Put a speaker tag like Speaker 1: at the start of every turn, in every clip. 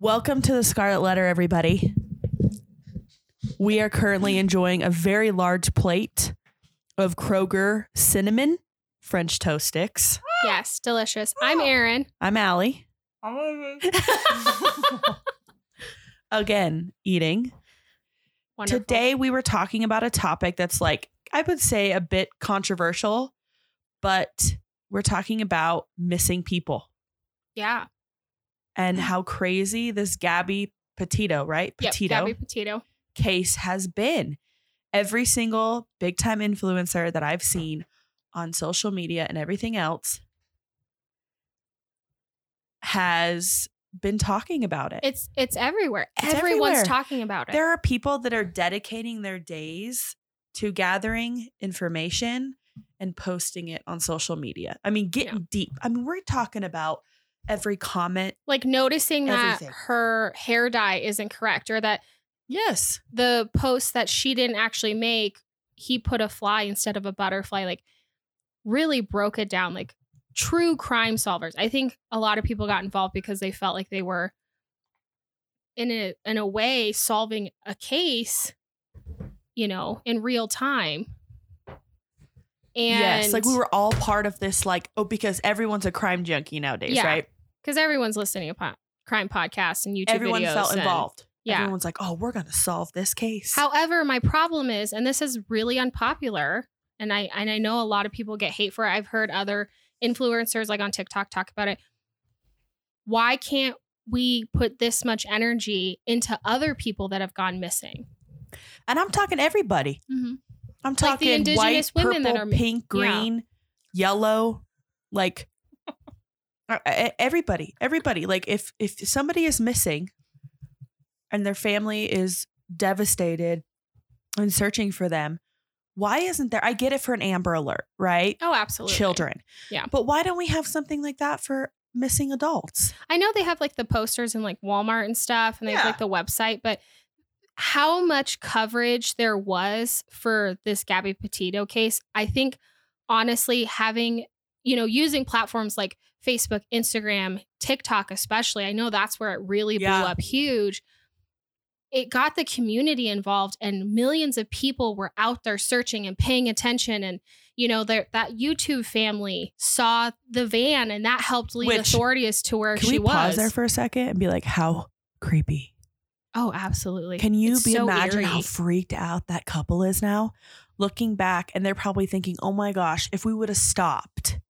Speaker 1: Welcome to the Scarlet Letter, everybody. We are currently enjoying a very large plate of Kroger cinnamon French toast sticks.
Speaker 2: Yes, delicious. I'm Erin.
Speaker 1: I'm Allie.
Speaker 3: Hello.
Speaker 1: Again, eating.
Speaker 2: Wonderful.
Speaker 1: Today we were talking about a topic that's like I would say a bit controversial, but we're talking about missing people
Speaker 2: yeah,
Speaker 1: and how crazy this Gabby Petito, right?
Speaker 2: Mm. yep,
Speaker 1: Petito
Speaker 2: Gabby Petito.
Speaker 1: case has been. Every single big time influencer that I've seen on social media and everything else has been talking about it.
Speaker 2: It's it's everywhere.
Speaker 1: It's
Speaker 2: Everyone's
Speaker 1: everywhere.
Speaker 2: talking about it.
Speaker 1: There are people that are dedicating their days to gathering information and posting it on social media. I mean, getting deep. I mean, we're talking about every comment.
Speaker 2: like noticing that
Speaker 1: Everything.
Speaker 2: her hair dye isn't correct or that
Speaker 1: Yes.
Speaker 2: the post that she didn't actually make, he put a fly instead of a butterfly, like really broke it down. Like true crime solvers. I think a lot of people got involved because they felt like they were in a in a way solving a case, you know, in real time. And
Speaker 1: yes. Like we were all part of this, like, oh, because everyone's a crime junkie nowadays,
Speaker 2: Yeah.
Speaker 1: right?
Speaker 2: because everyone's listening to po- crime podcasts and YouTube
Speaker 1: Everyone
Speaker 2: videos.
Speaker 1: felt
Speaker 2: and-
Speaker 1: involved.
Speaker 2: yeah.
Speaker 1: Everyone's like, oh, we're going to solve this case.
Speaker 2: However, my problem is, and this is really unpopular, and I and I know a lot of people get hate for it. I've heard other influencers like on TikTok talk about it. Why can't we put this much energy into other people that have gone missing?
Speaker 1: and I'm talking everybody.
Speaker 2: Mm-hmm.
Speaker 1: I'm
Speaker 2: Like the
Speaker 1: talking
Speaker 2: indigenous
Speaker 1: white,
Speaker 2: women that
Speaker 1: purple,
Speaker 2: are mi-
Speaker 1: pink,
Speaker 2: yeah.
Speaker 1: green, yellow, like e- e- everybody, everybody. Like if if somebody is missing and their family is devastated and searching for them, why isn't there? I get it for an Amber Alert, right?
Speaker 2: Oh, absolutely.
Speaker 1: Children,
Speaker 2: Yeah.
Speaker 1: But why don't we have something like that for missing adults?
Speaker 2: I know they have like the posters in like Walmart and stuff, and they have
Speaker 1: Yeah.
Speaker 2: like the website, but how much coverage there was for this Gabby Petito case, I think honestly, having, you know, using platforms like Facebook, Instagram, TikTok, especially, I know that's where it really
Speaker 1: Yeah.
Speaker 2: blew up huge. It got the community involved, and millions of people were out there searching and paying attention. And, you know, there- that YouTube family saw the van, and that helped lead
Speaker 1: Which-
Speaker 2: authorities to where
Speaker 1: Can
Speaker 2: she
Speaker 1: we
Speaker 2: was.
Speaker 1: pause there for a second and be like, how creepy?
Speaker 2: oh, absolutely.
Speaker 1: Can you
Speaker 2: It's
Speaker 1: be
Speaker 2: so
Speaker 1: imagine how
Speaker 2: eerie.
Speaker 1: freaked out that couple is now? Looking back, and they're probably thinking, "Oh my gosh, if we would have stopped,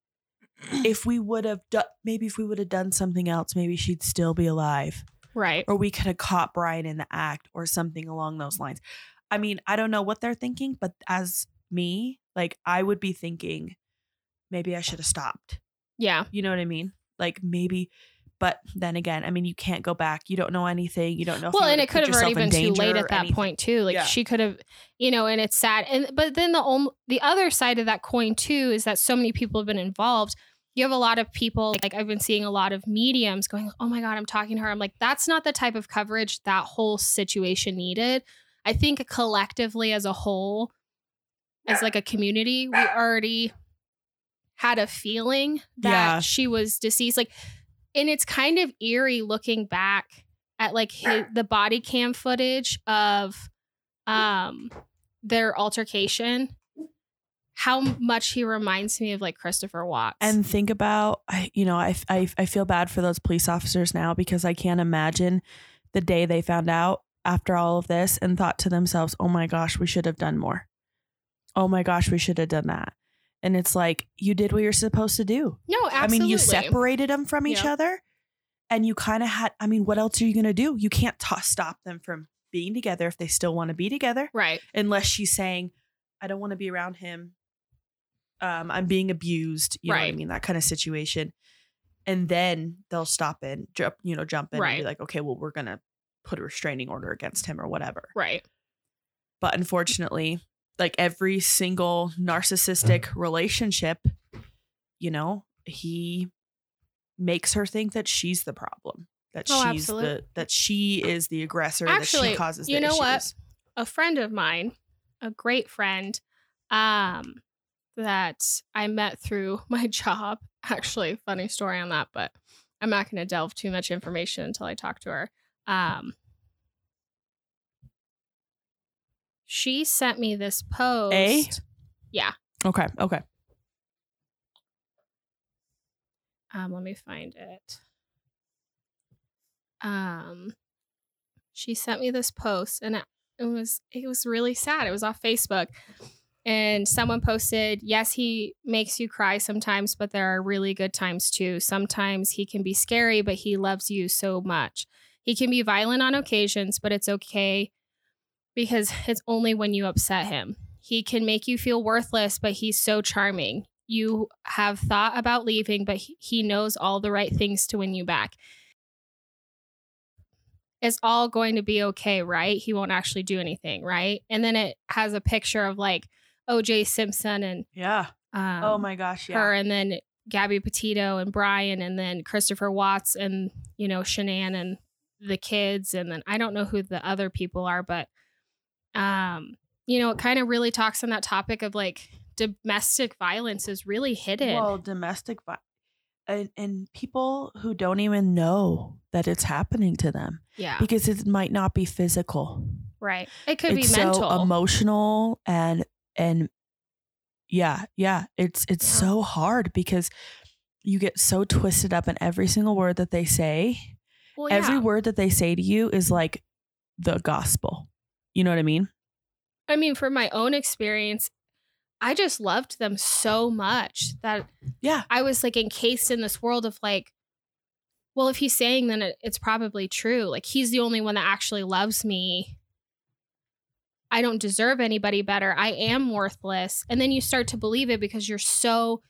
Speaker 1: if we would have done, maybe if we would have done something else, maybe she'd still be alive,
Speaker 2: right?
Speaker 1: or we could have caught Brian in the act, or something along those lines." I mean, I don't know what they're thinking, but as me, like I would be thinking, maybe I should have stopped.
Speaker 2: Yeah.
Speaker 1: You know what I mean? Like maybe. But then again, I mean, you can't go back. You don't know anything. You don't know. if
Speaker 2: well
Speaker 1: you
Speaker 2: and
Speaker 1: would've put
Speaker 2: it could have already
Speaker 1: yourself in
Speaker 2: been too
Speaker 1: danger
Speaker 2: late
Speaker 1: or
Speaker 2: at that
Speaker 1: anything.
Speaker 2: point too like
Speaker 1: Yeah.
Speaker 2: she could have you know and it's sad and but then the only the other side of that coin too is that so many people have been involved you have a lot of people like i've been seeing a lot of mediums going oh my god i'm talking to her i'm like that's not the type of coverage that whole situation needed i think collectively as a whole as like a community we already had a feeling that
Speaker 1: Yeah.
Speaker 2: she was deceased like and it's kind of eerie looking back at like his, the body cam footage of um their altercation how much he reminds me of like christopher watts
Speaker 1: and think about I- you know I, f- I f- I feel bad for those police officers now because i can't imagine the day they found out after all of this and thought to themselves oh my gosh we should have done more oh my gosh we should have done that and it's like you did what you're supposed to do
Speaker 2: no absolutely
Speaker 1: i mean you separated them from each
Speaker 2: Yeah.
Speaker 1: other and you kind of had i mean what else are you going to do you can't to stop them from being together if they still want to be together
Speaker 2: right
Speaker 1: unless she's saying, I don't want to be around him. Um, I'm being abused, you know what I
Speaker 2: Right.
Speaker 1: mean? That kind of situation. And then they'll stop in, jump, you know, jump in and
Speaker 2: Right.
Speaker 1: be like, okay, well, we're gonna put a restraining order against him or whatever.
Speaker 2: right
Speaker 1: But unfortunately, like every single narcissistic relationship, you know, he makes her think that she's the problem. That
Speaker 2: Oh,
Speaker 1: she's
Speaker 2: absolute-
Speaker 1: the that she is the aggressor that
Speaker 2: Actually,
Speaker 1: she causes.
Speaker 2: you
Speaker 1: the
Speaker 2: know what?
Speaker 1: issues.
Speaker 2: a friend of mine, a great friend, um, that I met through my job. Actually, funny story on that, but I'm not going to delve too much information until I talk to her. um she sent me this post
Speaker 1: Okay. Okay.
Speaker 2: um let me find it um she sent me this post and it it was it was really sad it was off facebook and someone posted yes he makes you cry sometimes but there are really good times too sometimes he can be scary but he loves you so much he can be violent on occasions but it's okay because it's only when you upset him he can make you feel worthless but he's so charming you have thought about leaving, but he- he knows all the right things to win you back. It's all going to be okay, right? He won't actually do anything, right? And then it has a picture of like OJ Simpson and
Speaker 1: Yeah.
Speaker 2: um,
Speaker 1: oh my gosh. Yeah.
Speaker 2: her, and then Gabby Petito and Brian, and then Christopher Watts and you know Shanann and the kids, and then I don't know who the other people are, but um, you know, it kind of really talks on that topic of like domestic violence is really hidden.
Speaker 1: Well, domestic violence. And, and people who don't even know that it's happening to them
Speaker 2: yeah,
Speaker 1: because it might not be physical.
Speaker 2: right. It could
Speaker 1: it's
Speaker 2: be mental.
Speaker 1: so emotional and and yeah, yeah. It's it's
Speaker 2: Yeah.
Speaker 1: so hard because you get so twisted up in every single word that they say.
Speaker 2: well, yeah.
Speaker 1: Every word that they say to you is like the gospel. You know what I mean?
Speaker 2: I mean, from my own experience, I just loved them so much that
Speaker 1: Yeah.
Speaker 2: I was like encased in this world of like, well, if he's saying then it, it's probably true. Like he's the only one that actually loves me. I don't deserve anybody better. I am worthless. And then you start to believe it because you're so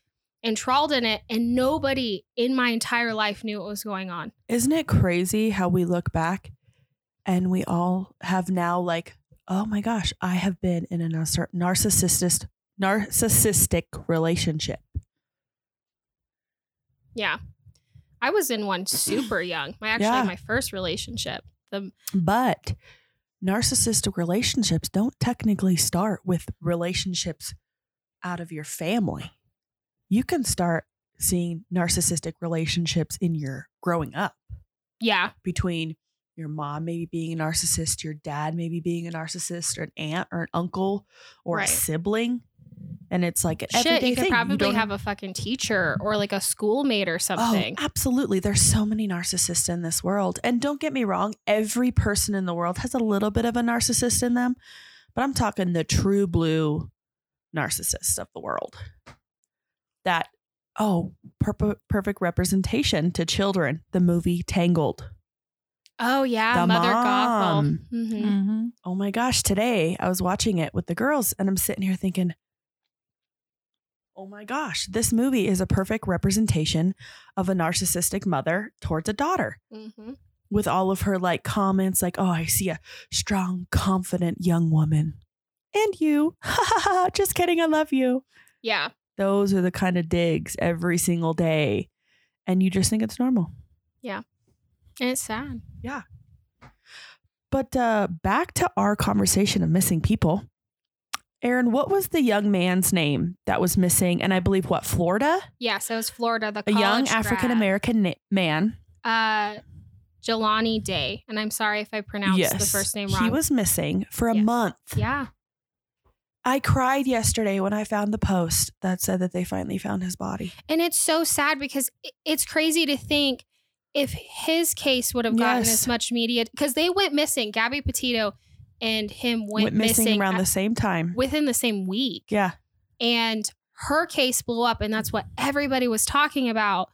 Speaker 2: enthralled in it and nobody in my entire life knew what was going on.
Speaker 1: Isn't it crazy how we look back and we all have now like, oh my gosh, I have been in a narciss- narcissist narcissistic relationship.
Speaker 2: Yeah. I was in one super young. My actually
Speaker 1: Yeah.
Speaker 2: my first relationship. The
Speaker 1: But narcissistic relationships don't technically start with relationships out of your family. You can start seeing narcissistic relationships in your growing up.
Speaker 2: yeah,
Speaker 1: between your mom maybe being a narcissist, your dad maybe being a narcissist, or an aunt or an uncle or
Speaker 2: Right.
Speaker 1: a sibling. And it's like an
Speaker 2: Shit,
Speaker 1: everyday
Speaker 2: you could
Speaker 1: thing.
Speaker 2: probably
Speaker 1: don't
Speaker 2: have a fucking teacher or like a schoolmate or something.
Speaker 1: Oh, absolutely. There's so many narcissists in this world. And don't get me wrong, every person in the world has a little bit of a narcissist in them, but I'm talking the true blue narcissists of the world. That, oh, perp- perfect representation to children, the movie Tangled.
Speaker 2: Oh, yeah,
Speaker 1: The
Speaker 2: Mother
Speaker 1: mom.
Speaker 2: Gothel. hmm
Speaker 3: Mm-hmm.
Speaker 1: oh my gosh, today I was watching it with the girls and I'm sitting here thinking, oh my gosh, this movie is a perfect representation of a narcissistic mother towards a daughter
Speaker 2: hmm
Speaker 1: with all of her like comments, like, oh, I see a strong, confident young woman. And you, just kidding, I love you.
Speaker 2: Yeah,
Speaker 1: Those are the kind of digs every single day. And you just think it's normal.
Speaker 2: and it's sad.
Speaker 1: But uh, back to our conversation of missing people. Aaron, what was the young man's name that was missing? And I believe what Florida,
Speaker 2: Yeah, so it's Florida, the
Speaker 1: a young
Speaker 2: college
Speaker 1: African
Speaker 2: grad,
Speaker 1: American na- man.
Speaker 2: uh, Jelani Day, and I'm sorry if I pronounced the first name wrong.
Speaker 1: He was missing for a
Speaker 2: Yes.
Speaker 1: month.
Speaker 2: yeah,
Speaker 1: I cried yesterday when I found the post that said that they finally found his body.
Speaker 2: and it's so sad because i- it's crazy to think if his case would have gotten
Speaker 1: Yes.
Speaker 2: as much media because they went missing. Gabby Petito and him went,
Speaker 1: Went, missing, around
Speaker 2: at-
Speaker 1: the same time.
Speaker 2: within the same week.
Speaker 1: yeah,
Speaker 2: and her case blew up and that's what everybody was talking about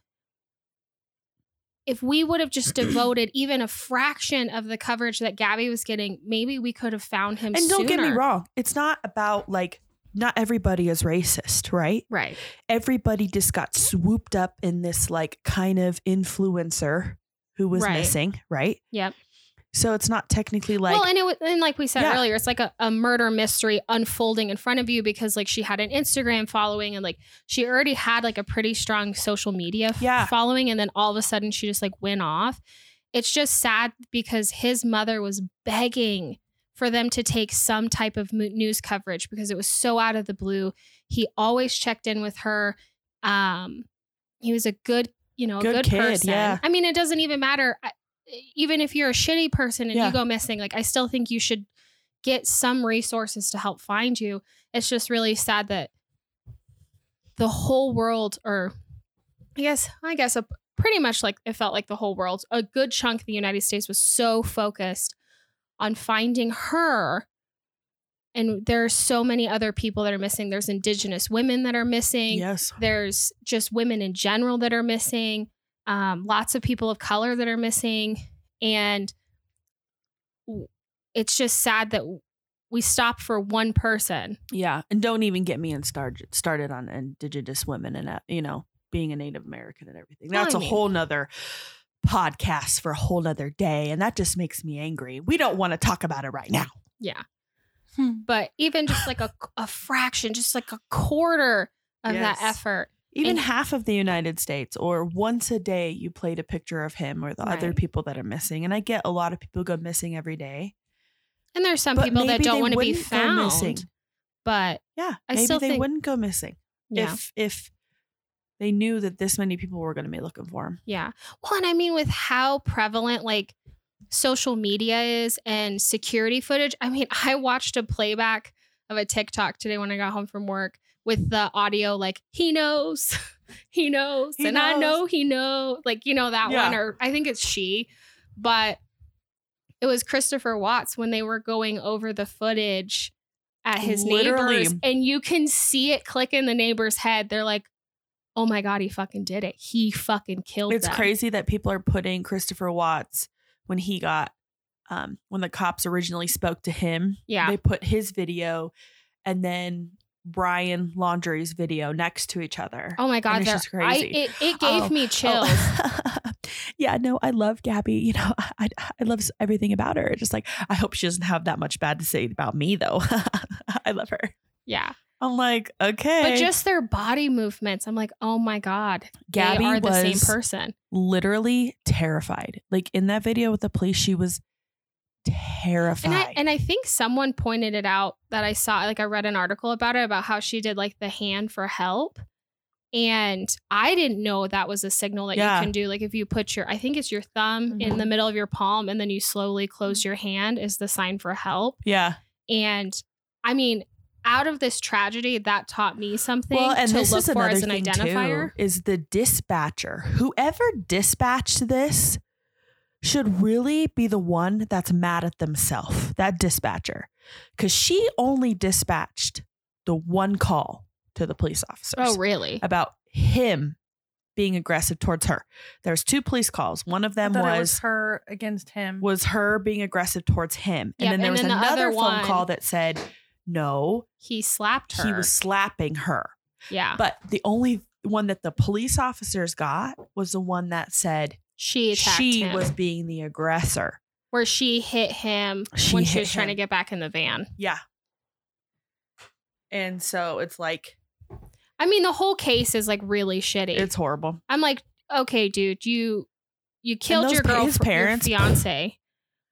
Speaker 2: if we would have just devoted even a fraction of the coverage that Gabby was getting, maybe we could have found him.
Speaker 1: and don't get me
Speaker 2: sooner.
Speaker 1: wrong, it's not about like not everybody is racist, right?
Speaker 2: Right.
Speaker 1: everybody just got swooped up in this like kind of influencer who was
Speaker 2: Right.
Speaker 1: missing, right?
Speaker 2: Yep.
Speaker 1: So it's not technically like
Speaker 2: well, and it was, and like we said
Speaker 1: Yeah.
Speaker 2: earlier, it's like a, a murder mystery unfolding in front of you because like she had an Instagram following and like she already had like a pretty strong social media f-
Speaker 1: Yeah.
Speaker 2: following, and then all of a sudden she just like went off. It's just sad because his mother was begging for them to take some type of mo- news coverage because it was so out of the blue. He always checked in with her. Um, he was a good, you know, a
Speaker 1: Good
Speaker 2: good,
Speaker 1: kid,
Speaker 2: person.
Speaker 1: yeah.
Speaker 2: I mean, it doesn't even matter. I- e, even if you're a shitty person and
Speaker 1: Yeah.
Speaker 2: you go missing, like I still think you should get some resources to help find you. It's just really sad that the whole world, or I guess, I guess, a, pretty much like it felt like the whole world, a good chunk of the United States was so focused on finding her. And there are so many other people that are missing. There's Indigenous women that are missing
Speaker 1: Yes.
Speaker 2: there's just women in general that are missing um, lots of people of color that are missing and w- it's just sad that w- we stop for one person
Speaker 1: Yeah. And don't even get me and start, started on indigenous women and, uh, you know, being a Native American and everything.
Speaker 2: Well,
Speaker 1: That's
Speaker 2: I
Speaker 1: a
Speaker 2: mean-
Speaker 1: whole nother podcast for a whole nother day. And that just makes me angry. We don't want to talk about it right now.
Speaker 2: yeah
Speaker 1: Hmm.
Speaker 2: but even just like a, a fraction just like a quarter of
Speaker 1: Yes.
Speaker 2: that effort
Speaker 1: Even
Speaker 2: And-
Speaker 1: half of the United States, or once a day, you played a picture of him or the other
Speaker 2: Right.
Speaker 1: people that are missing. And I get a lot of people go missing every day.
Speaker 2: and there's some
Speaker 1: But
Speaker 2: people that
Speaker 1: maybe
Speaker 2: don't
Speaker 1: they
Speaker 2: want to be
Speaker 1: wouldn't go missing.
Speaker 2: found but
Speaker 1: Yeah.
Speaker 2: I
Speaker 1: maybe
Speaker 2: still
Speaker 1: they
Speaker 2: think-
Speaker 1: wouldn't go missing
Speaker 2: yeah
Speaker 1: if if they knew that this many people were going to be looking for him.
Speaker 2: Yeah. Well, and I mean, with how prevalent like social media is and security footage, I mean, I watched a playback of a TikTok today when I got home from work with the audio like, he knows, he knows,
Speaker 1: He
Speaker 2: and I
Speaker 1: knows.
Speaker 2: know he know, like, you know, that
Speaker 1: Yeah.
Speaker 2: one, or I think it's she, but it was Christopher Watts when they were going over the footage at his
Speaker 1: Literally.
Speaker 2: neighbors and you can see it click in the neighbor's head. They're like, oh my God, he fucking did it. He fucking killed
Speaker 1: It's
Speaker 2: them."
Speaker 1: crazy that people are putting Christopher Watts when he got um when the cops originally spoke to him.
Speaker 2: Yeah.
Speaker 1: They put his video and then Brian Laundrie's video next to each other.
Speaker 2: Oh my god,
Speaker 1: it's
Speaker 2: they're-
Speaker 1: just crazy.
Speaker 2: I, it, it gave
Speaker 1: Oh,
Speaker 2: me chills.
Speaker 1: Oh. yeah, no, I love Gabby. You know, I I love everything about her. Just like I hope she doesn't have that much bad to say about me though. I love her.
Speaker 2: Yeah,
Speaker 1: I'm like, okay.
Speaker 2: but just their body movements. I'm like, oh my god,
Speaker 1: Gabby
Speaker 2: they are the same
Speaker 1: was
Speaker 2: person.
Speaker 1: literally terrified. Like in that video with the police, she was terrified.
Speaker 2: And I and I think someone pointed it out that I saw. Like I read an article about it about how she did like the hand for help, and I didn't know that was a signal that
Speaker 1: Yeah. Mm-hmm.
Speaker 2: you can do. Like if you put your, I think it's your thumb in the middle of your palm, and then you slowly close your hand is the sign for help.
Speaker 1: yeah.
Speaker 2: And I mean. Out of this tragedy, that taught me something
Speaker 1: Well, and
Speaker 2: to
Speaker 1: this
Speaker 2: look
Speaker 1: is
Speaker 2: for
Speaker 1: another
Speaker 2: as an
Speaker 1: thing
Speaker 2: identifier.
Speaker 1: too. Is the dispatcher whoever dispatched this should really be the one that's mad at themselves. That dispatcher, because she only dispatched the one call to the police officers.
Speaker 2: Oh, really?
Speaker 1: about him being aggressive towards her. There was two police calls. One of them
Speaker 3: I thought it
Speaker 1: was
Speaker 3: her against him.
Speaker 1: was her being aggressive towards him. And
Speaker 2: Yep,
Speaker 1: then there
Speaker 2: Mm-hmm. and
Speaker 1: was
Speaker 2: then the
Speaker 1: another
Speaker 2: other
Speaker 1: phone
Speaker 2: one-
Speaker 1: call that said, no,
Speaker 2: He slapped her. Ah.
Speaker 1: he was slapping her.
Speaker 2: yeah.
Speaker 1: But the only one that the police officers got was the one that said
Speaker 2: she attacked
Speaker 1: she
Speaker 2: him.
Speaker 1: was being the aggressor.
Speaker 2: where she hit him
Speaker 1: She
Speaker 2: when she
Speaker 1: hit
Speaker 2: was trying to
Speaker 1: him.
Speaker 2: get back in the van.
Speaker 1: Yeah. And so it's like,
Speaker 2: I mean, the whole case is like really shitty.
Speaker 1: it's horrible.
Speaker 2: I'm like, okay, dude, you you killed
Speaker 1: those
Speaker 2: your
Speaker 1: pa-
Speaker 2: girl,
Speaker 1: his parents-
Speaker 2: your fiance.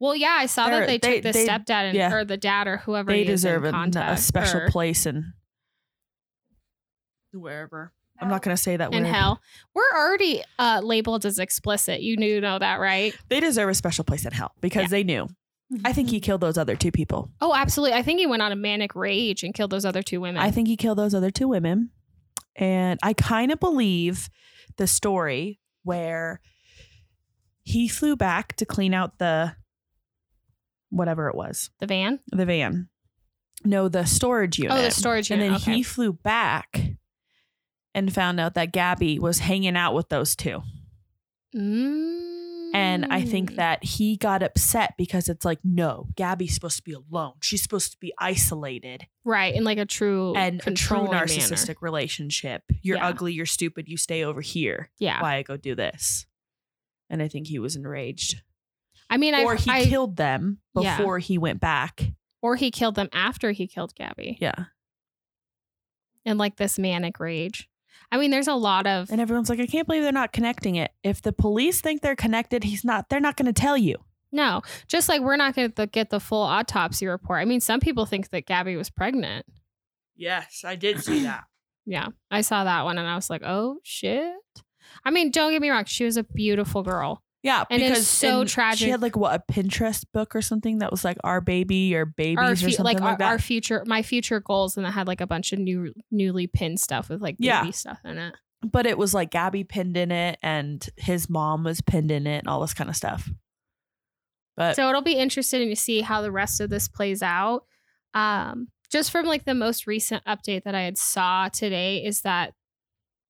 Speaker 2: Well, yeah, I saw
Speaker 1: They're-
Speaker 2: that they,
Speaker 1: they-
Speaker 2: took the
Speaker 1: they-
Speaker 2: stepdad and,
Speaker 1: yeah.
Speaker 2: or the dad or whoever
Speaker 1: They
Speaker 2: he is in
Speaker 1: deserve a, a
Speaker 2: contact,
Speaker 1: special
Speaker 2: or
Speaker 1: place in wherever. I'm
Speaker 3: Oh.
Speaker 1: not going to say that
Speaker 2: in
Speaker 1: word.
Speaker 2: hell. We're already uh, labeled as explicit. You do know that, right?
Speaker 1: They deserve a special place in hell because
Speaker 2: Yeah. Mm-hmm.
Speaker 1: they knew.
Speaker 3: Mm-hmm.
Speaker 1: I think he killed those other two people.
Speaker 2: Oh, absolutely. I think he went on a manic rage and killed those other two women.
Speaker 1: I think he killed those other two women. And I kind of believe the story where he flew back to clean out the whatever it was,
Speaker 2: the van.
Speaker 1: the van. No, the storage unit.
Speaker 2: Oh, the storage
Speaker 1: And
Speaker 2: unit.
Speaker 1: then
Speaker 2: okay.
Speaker 1: he flew back and found out that Gabby was hanging out with those two. And I think
Speaker 2: Mm.
Speaker 1: that he got upset because it's like, no, Gabby's supposed to be alone. She's supposed to be isolated.
Speaker 2: right in like a true
Speaker 1: and a true
Speaker 2: controlling manner.
Speaker 1: narcissistic relationship. You're
Speaker 2: Yeah.
Speaker 1: ugly, you're stupid, you stay over here.
Speaker 2: Yeah,
Speaker 1: Why I go do this? And I think he was enraged.
Speaker 2: I mean, I
Speaker 1: or he
Speaker 2: I-
Speaker 1: killed them
Speaker 2: Yeah.
Speaker 1: before he went back.
Speaker 2: or he killed them after he killed Gabby
Speaker 1: Yeah.
Speaker 2: in like this manic rage. I mean, there's a lot of
Speaker 1: And everyone's like, I can't believe they're not connecting it. If the police think they're connected, he's not, they're not going to tell you.
Speaker 2: no, just like we're not going to get the full autopsy report. I mean, some people think that Gabby was pregnant.
Speaker 1: Yes, I did see that.
Speaker 2: Yeah, I saw that one and I was like, oh shit. I mean, don't get me wrong, she was a beautiful girl.
Speaker 1: Yeah,
Speaker 2: And it's
Speaker 1: because
Speaker 2: so
Speaker 1: in-
Speaker 2: tragic.
Speaker 1: She had like what a Pinterest book or something that was like our baby or babies
Speaker 2: our
Speaker 1: or
Speaker 2: fu-
Speaker 1: something
Speaker 2: like,
Speaker 1: like,
Speaker 2: our,
Speaker 1: that.
Speaker 2: our future my future goals and I had like a bunch of new newly pinned stuff with like baby
Speaker 1: Yeah.
Speaker 2: stuff in it.
Speaker 1: but it was like Gabby pinned in it and his mom was pinned in it and all this kind of stuff. But
Speaker 2: So it'll be interesting to see how the rest of this plays out. Um, just from like the most recent update that I had saw today is that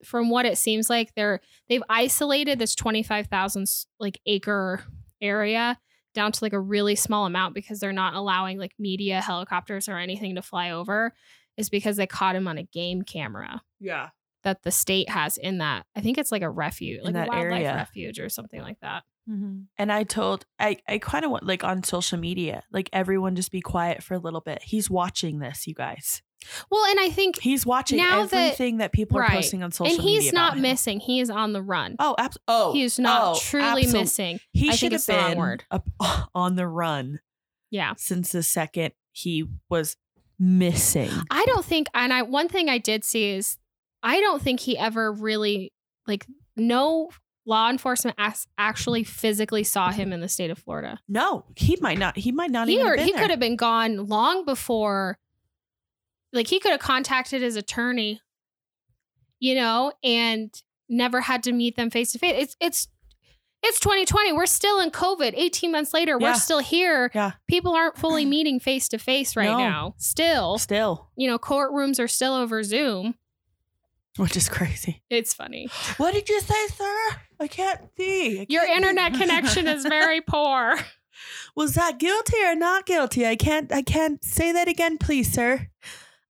Speaker 2: from what it seems like they're they've isolated this 25,000 s- like acre area down to like a really small amount because they're not allowing like media helicopters or anything to fly over is because they caught him on a game camera
Speaker 1: yeah,
Speaker 2: that the state has in that I think it's like a refuge
Speaker 1: In
Speaker 2: like
Speaker 1: that
Speaker 2: a wildlife
Speaker 1: area.
Speaker 2: refuge or something like that.
Speaker 3: Mm-hmm.
Speaker 1: and I told I I kind of want like on social media like everyone just be quiet for a little bit. He's watching this, you guys.
Speaker 2: Well, and I think
Speaker 1: He's watching
Speaker 2: Now that-
Speaker 1: everything that, people
Speaker 2: right.
Speaker 1: are posting on social.
Speaker 2: and he's
Speaker 1: media
Speaker 2: not
Speaker 1: about him.
Speaker 2: missing. He is on the run.
Speaker 1: Oh, abs- oh,
Speaker 2: he is not
Speaker 1: oh,
Speaker 2: truly
Speaker 1: absol-
Speaker 2: missing. I
Speaker 1: He
Speaker 2: think
Speaker 1: should have
Speaker 2: it's the wrong
Speaker 1: been
Speaker 2: word.
Speaker 1: up- on the run
Speaker 2: Yeah.
Speaker 1: since the second he was missing.
Speaker 2: I don't think and I one thing I did see is I don't think he ever really like no law enforcement as, actually physically saw him in the state of Florida.
Speaker 1: No, he might not. He might not
Speaker 2: he
Speaker 1: even.
Speaker 2: or,
Speaker 1: have been
Speaker 2: he
Speaker 1: there.
Speaker 2: could have been gone long before like he could have contacted his attorney you know and never had to meet them face to face it's it's it's 2020 we're still in covid 18 months later
Speaker 1: Yeah.
Speaker 2: we're still here
Speaker 1: Yeah.
Speaker 2: people aren't fully meeting face to face right
Speaker 1: No.
Speaker 2: now still
Speaker 1: still,
Speaker 2: you know courtrooms are still over zoom
Speaker 1: which is crazy.
Speaker 2: it's funny
Speaker 1: What did you say, sir? I can't see. I
Speaker 2: your
Speaker 1: can't-
Speaker 2: internet connection is very poor
Speaker 1: Was that guilty or not guilty? I can't. I can't say that again, please, sir.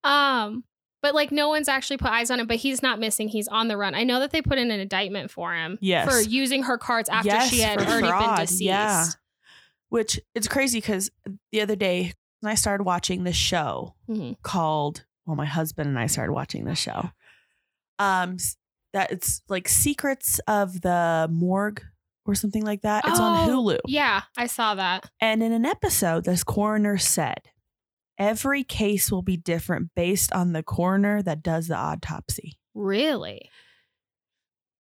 Speaker 2: Um, but like no one's actually put eyes on him, but he's not missing. He's on the run. I know that they put in an indictment for him
Speaker 1: Yes.
Speaker 2: for using her cards after
Speaker 1: Yes,
Speaker 2: she had
Speaker 1: for
Speaker 2: already
Speaker 1: fraud,
Speaker 2: been deceased.
Speaker 1: yeah. Which it's crazy because the other day when I started watching this show
Speaker 2: Mhm.
Speaker 1: called well, my husband and I started watching this show. Um, s- that it's like Secrets of the Morgue or something like that. It's on
Speaker 2: Oh,
Speaker 1: Hulu.
Speaker 2: Yeah, I saw that.
Speaker 1: And in an episode, this coroner said, every case will be different based on the coroner that does the autopsy.
Speaker 2: Really?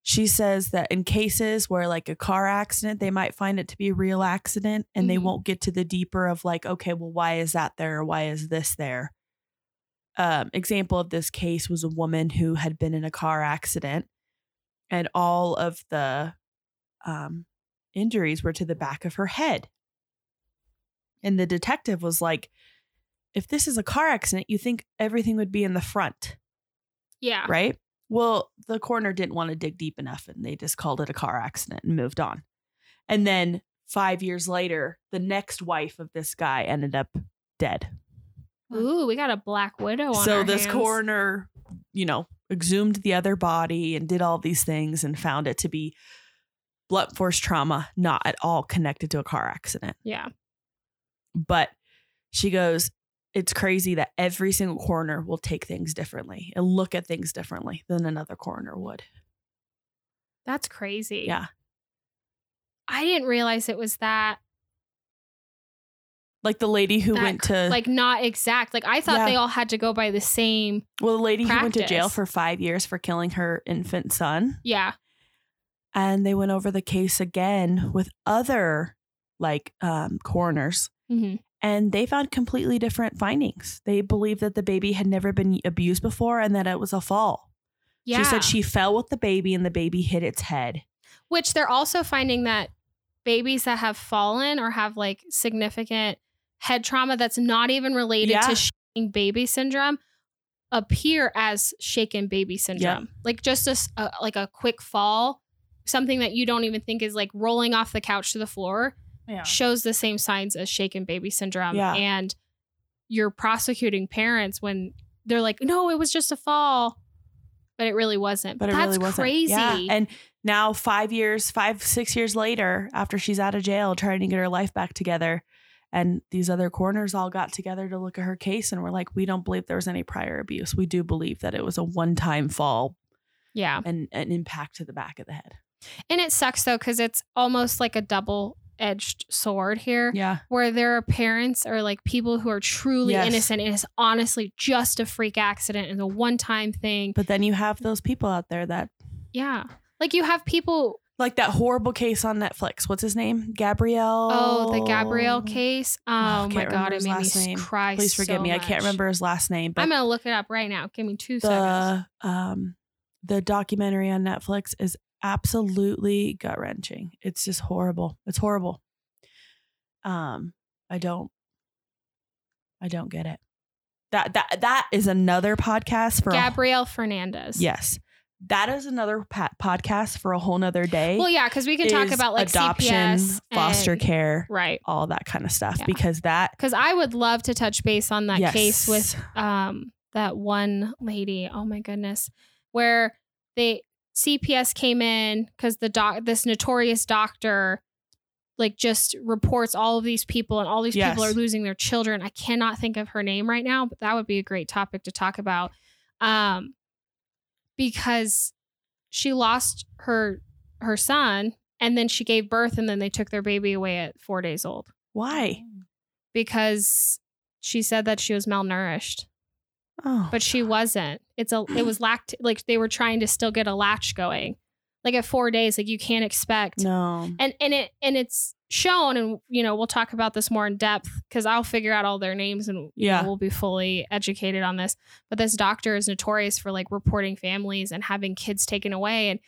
Speaker 1: She says that in cases where, like, a car accident, they might find it to be a real accident and they
Speaker 2: Mhm.
Speaker 1: won't get to the deeper of, like, okay, well, why is that there? Why is this there? Um, example of this case was a woman who had been in a car accident and all of the um, injuries were to the back of her head. And the detective was like, if this is a car accident, you think everything would be in the front,
Speaker 2: Yeah.
Speaker 1: right? Well, the coroner didn't want to dig deep enough and they just called it a car accident and moved on. And then five years later, the next wife of this guy ended up dead.
Speaker 2: Ooh, we got a black widow on
Speaker 1: So
Speaker 2: our
Speaker 1: this
Speaker 2: hands.
Speaker 1: coroner, you know, exhumed the other body and did all these things and found it to be blunt force trauma, not at all connected to a car accident.
Speaker 2: Yeah.
Speaker 1: But she goes, it's crazy that every single coroner will take things differently and look at things differently than another coroner would.
Speaker 2: That's crazy.
Speaker 1: Yeah.
Speaker 2: I didn't realize it was that
Speaker 1: Like the lady who
Speaker 2: That
Speaker 1: went to
Speaker 2: like not exact. Like I thought
Speaker 1: Yeah.
Speaker 2: they all had to go by the same.
Speaker 1: well, the lady who went to jail
Speaker 2: practice.
Speaker 1: for five years for killing her infant son.
Speaker 2: Yeah.
Speaker 1: and they went over the case again with other like um, coroners
Speaker 2: hmm
Speaker 1: and they found completely different findings they believed that the baby had never been abused before and that it was a fall
Speaker 2: Yeah.
Speaker 1: she said she fell with the baby and the baby hit its head
Speaker 2: Which they're also finding that babies that have fallen or have like significant head trauma that's not even related
Speaker 1: Yeah.
Speaker 2: to shaken baby syndrome appear as shaken baby syndrome. Like just a, s- a- like a quick fall, something that you don't even think is like rolling off the couch to the floor
Speaker 1: yeah
Speaker 2: shows the same signs as shaken baby syndrome
Speaker 1: Yeah.
Speaker 2: and you're prosecuting parents when they're like no it was just a fall but it really wasn't
Speaker 1: but it
Speaker 2: that's
Speaker 1: really wasn't
Speaker 2: crazy
Speaker 1: Yeah. and now five years five six years later after she's out of jail trying to get her life back together and these other coroners all got together to look at her case and were like we don't believe there was any prior abuse we do believe that it was a one-time fall
Speaker 2: yeah
Speaker 1: and an impact to the back of the head.
Speaker 2: And it sucks though, because it's almost like a double edged sword here,
Speaker 1: Yeah.
Speaker 2: where there are parents or like people who are truly
Speaker 1: Yes.
Speaker 2: innocent and it's honestly just a freak accident and a one time thing.
Speaker 1: But then you have those people out there that
Speaker 2: Yeah. Like you have people
Speaker 1: Like that horrible case on Netflix. What's his name? Gabrielle.
Speaker 2: Oh, the Gabrielle case. Oh,
Speaker 1: can't
Speaker 2: my god,
Speaker 1: remember
Speaker 2: it
Speaker 1: his
Speaker 2: made me
Speaker 1: last name.
Speaker 2: cry.
Speaker 1: Please forgive
Speaker 2: so
Speaker 1: me. I can't
Speaker 2: much.
Speaker 1: remember his last name, but
Speaker 2: I'm gonna look it up right now. Give me two seconds.
Speaker 1: the um the documentary on Netflix is absolutely gut wrenching. It's just horrible. It's horrible. Um, I don't, I don't get it. That that that is another podcast for a-
Speaker 2: Gabrielle Fernandez.
Speaker 1: yes, that is another pa- podcast for a whole nother day.
Speaker 2: Well, yeah, because we can talk
Speaker 1: is
Speaker 2: about like
Speaker 1: adoption,
Speaker 2: CPS
Speaker 1: foster
Speaker 2: and-
Speaker 1: care,
Speaker 2: Right.
Speaker 1: all that kind of stuff
Speaker 2: Yeah.
Speaker 1: because that
Speaker 2: Because I would love to touch base on that
Speaker 1: Yes.
Speaker 2: case with um that one lady. Oh my goodness, where they CPS came in because the doc this notorious doctor like just reports all of these people and all these people
Speaker 1: Yes.
Speaker 2: are losing their children. I cannot think of her name right now, but that would be a great topic to talk about. Um because she lost her her son and then she gave birth and then they took their baby away at 4 days old
Speaker 1: why?
Speaker 3: Mm-hmm.
Speaker 2: because she said that she was malnourished,
Speaker 1: Oh,
Speaker 2: but she wasn't. It's a it was lact like they were trying to still get a latch going. Like at 4 days like you can't expect.
Speaker 1: Oh, no,
Speaker 2: And and it and it's shown and you know, we'll talk about this more in depth cuz I'll figure out all their names and you
Speaker 1: Yeah.
Speaker 2: know, we'll be fully educated on this. But this doctor is notorious for like reporting families and having kids taken away and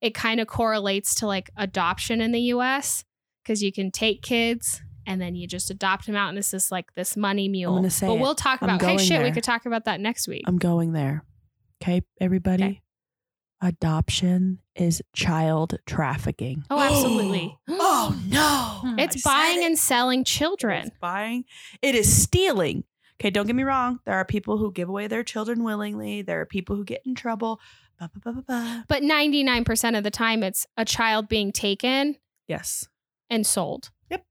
Speaker 2: it kind of correlates to like adoption in the US cuz you can take kids and then you just adopt them out and this is like this money mule.
Speaker 1: gonna say
Speaker 2: but
Speaker 1: it.
Speaker 2: we'll talk
Speaker 1: I'm
Speaker 2: about hey
Speaker 1: going
Speaker 2: shit, we
Speaker 1: there.
Speaker 2: could talk about that next week.
Speaker 1: I'm going there. Okay, everybody.
Speaker 2: Okay.
Speaker 1: Adoption is child trafficking.
Speaker 2: Oh, absolutely. Hmm.
Speaker 1: oh no.
Speaker 2: it's
Speaker 1: I said
Speaker 2: buying
Speaker 1: it.
Speaker 2: and selling children.
Speaker 1: It's buying. It is stealing. Okay, don't get me wrong. There are people who give away their children willingly. There are people who get in trouble. Ba, ba, ba, ba, ba.
Speaker 2: But 99% of the time it's a child being taken
Speaker 1: Yes.
Speaker 2: and sold.
Speaker 1: Yep.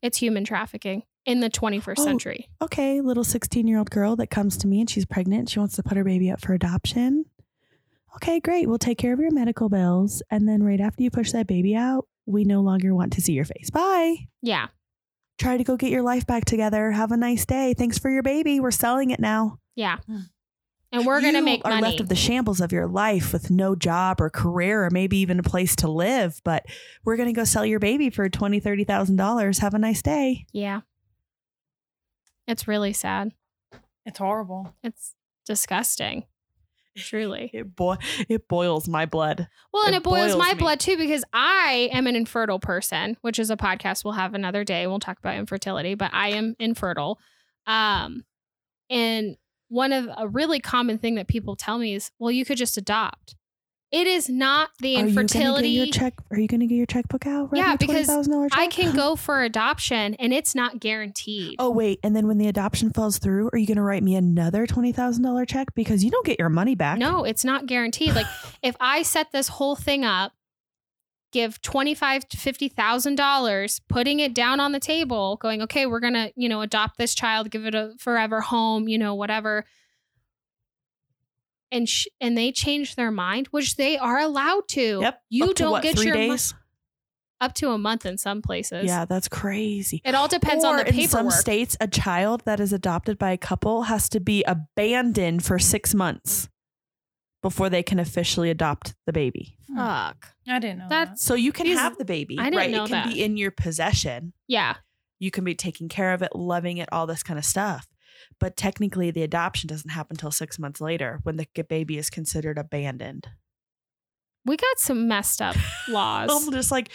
Speaker 2: It's human trafficking in the 21st
Speaker 1: Oh.
Speaker 2: century.
Speaker 1: Okay, little 16 year old girl that comes to me and she's pregnant. She wants to put her baby up for adoption. Okay, great. We'll take care of your medical bills. And then right after you push that baby out, we no longer want to see your face. Bye.
Speaker 2: Yeah.
Speaker 1: try to go get your life back together. Have a nice day. Thanks for your baby. We're selling it now.
Speaker 2: Yeah. And we're going to
Speaker 1: You
Speaker 2: make
Speaker 1: are
Speaker 2: money.
Speaker 1: left of the shambles of your life with no job or career or maybe even a place to live. But we're gonna go sell your baby for twenty, thirty thousand dollars. Have a nice day.
Speaker 2: yeah. It's really sad.
Speaker 1: It's horrible.
Speaker 2: It's disgusting. Truly.
Speaker 1: It bo- it boils my blood.
Speaker 2: Well, and
Speaker 1: It
Speaker 2: it boils,
Speaker 1: boils
Speaker 2: my
Speaker 1: me.
Speaker 2: blood too because I am an infertile person, which is a podcast we'll have another day. and We'll talk about infertility, but I am infertile. Um, and one of a really common thing that people tell me is, well, you could just adopt. It is not the
Speaker 1: Are you gonna get
Speaker 2: infertility.
Speaker 1: your check? Are you gonna get your checkbook out? Right
Speaker 2: Yeah,
Speaker 1: your
Speaker 2: because
Speaker 1: $20,000
Speaker 2: I
Speaker 1: check?
Speaker 2: can go for adoption, and it's not guaranteed.
Speaker 1: Oh wait, and then when the adoption falls through, are you gonna write me another twenty thousand dollar check because you don't get your money back?
Speaker 2: No, it's not guaranteed. Like if I set this whole thing up, give twenty five to fifty thousand dollars, putting it down on the table, going, okay, we're gonna, you know, adopt this child, give it a forever home, you know, whatever. And sh- and they change their mind, which they are allowed to.
Speaker 1: Yep.
Speaker 2: You
Speaker 1: Up to
Speaker 2: don't
Speaker 1: what,
Speaker 2: get
Speaker 1: three
Speaker 2: your mo-
Speaker 1: days.
Speaker 2: up to a month in some places.
Speaker 1: Yeah, that's crazy.
Speaker 2: It all depends on
Speaker 1: or
Speaker 2: the
Speaker 1: in some
Speaker 2: paperwork.
Speaker 1: states, a child that is adopted by a couple has to be abandoned for six months before they can officially adopt the baby.
Speaker 2: Fuck.
Speaker 3: I didn't know
Speaker 2: That's-
Speaker 1: So you can
Speaker 2: Jeez,
Speaker 1: have the baby,
Speaker 2: I didn't
Speaker 1: right?
Speaker 2: know
Speaker 1: it can
Speaker 2: that.
Speaker 1: be in your possession.
Speaker 2: Yeah.
Speaker 1: You can be taking care of it, loving it, all this kind of stuff. But technically, the adoption doesn't happen until six months later when the baby is considered abandoned.
Speaker 2: We got some messed up laws.
Speaker 1: I'm just like,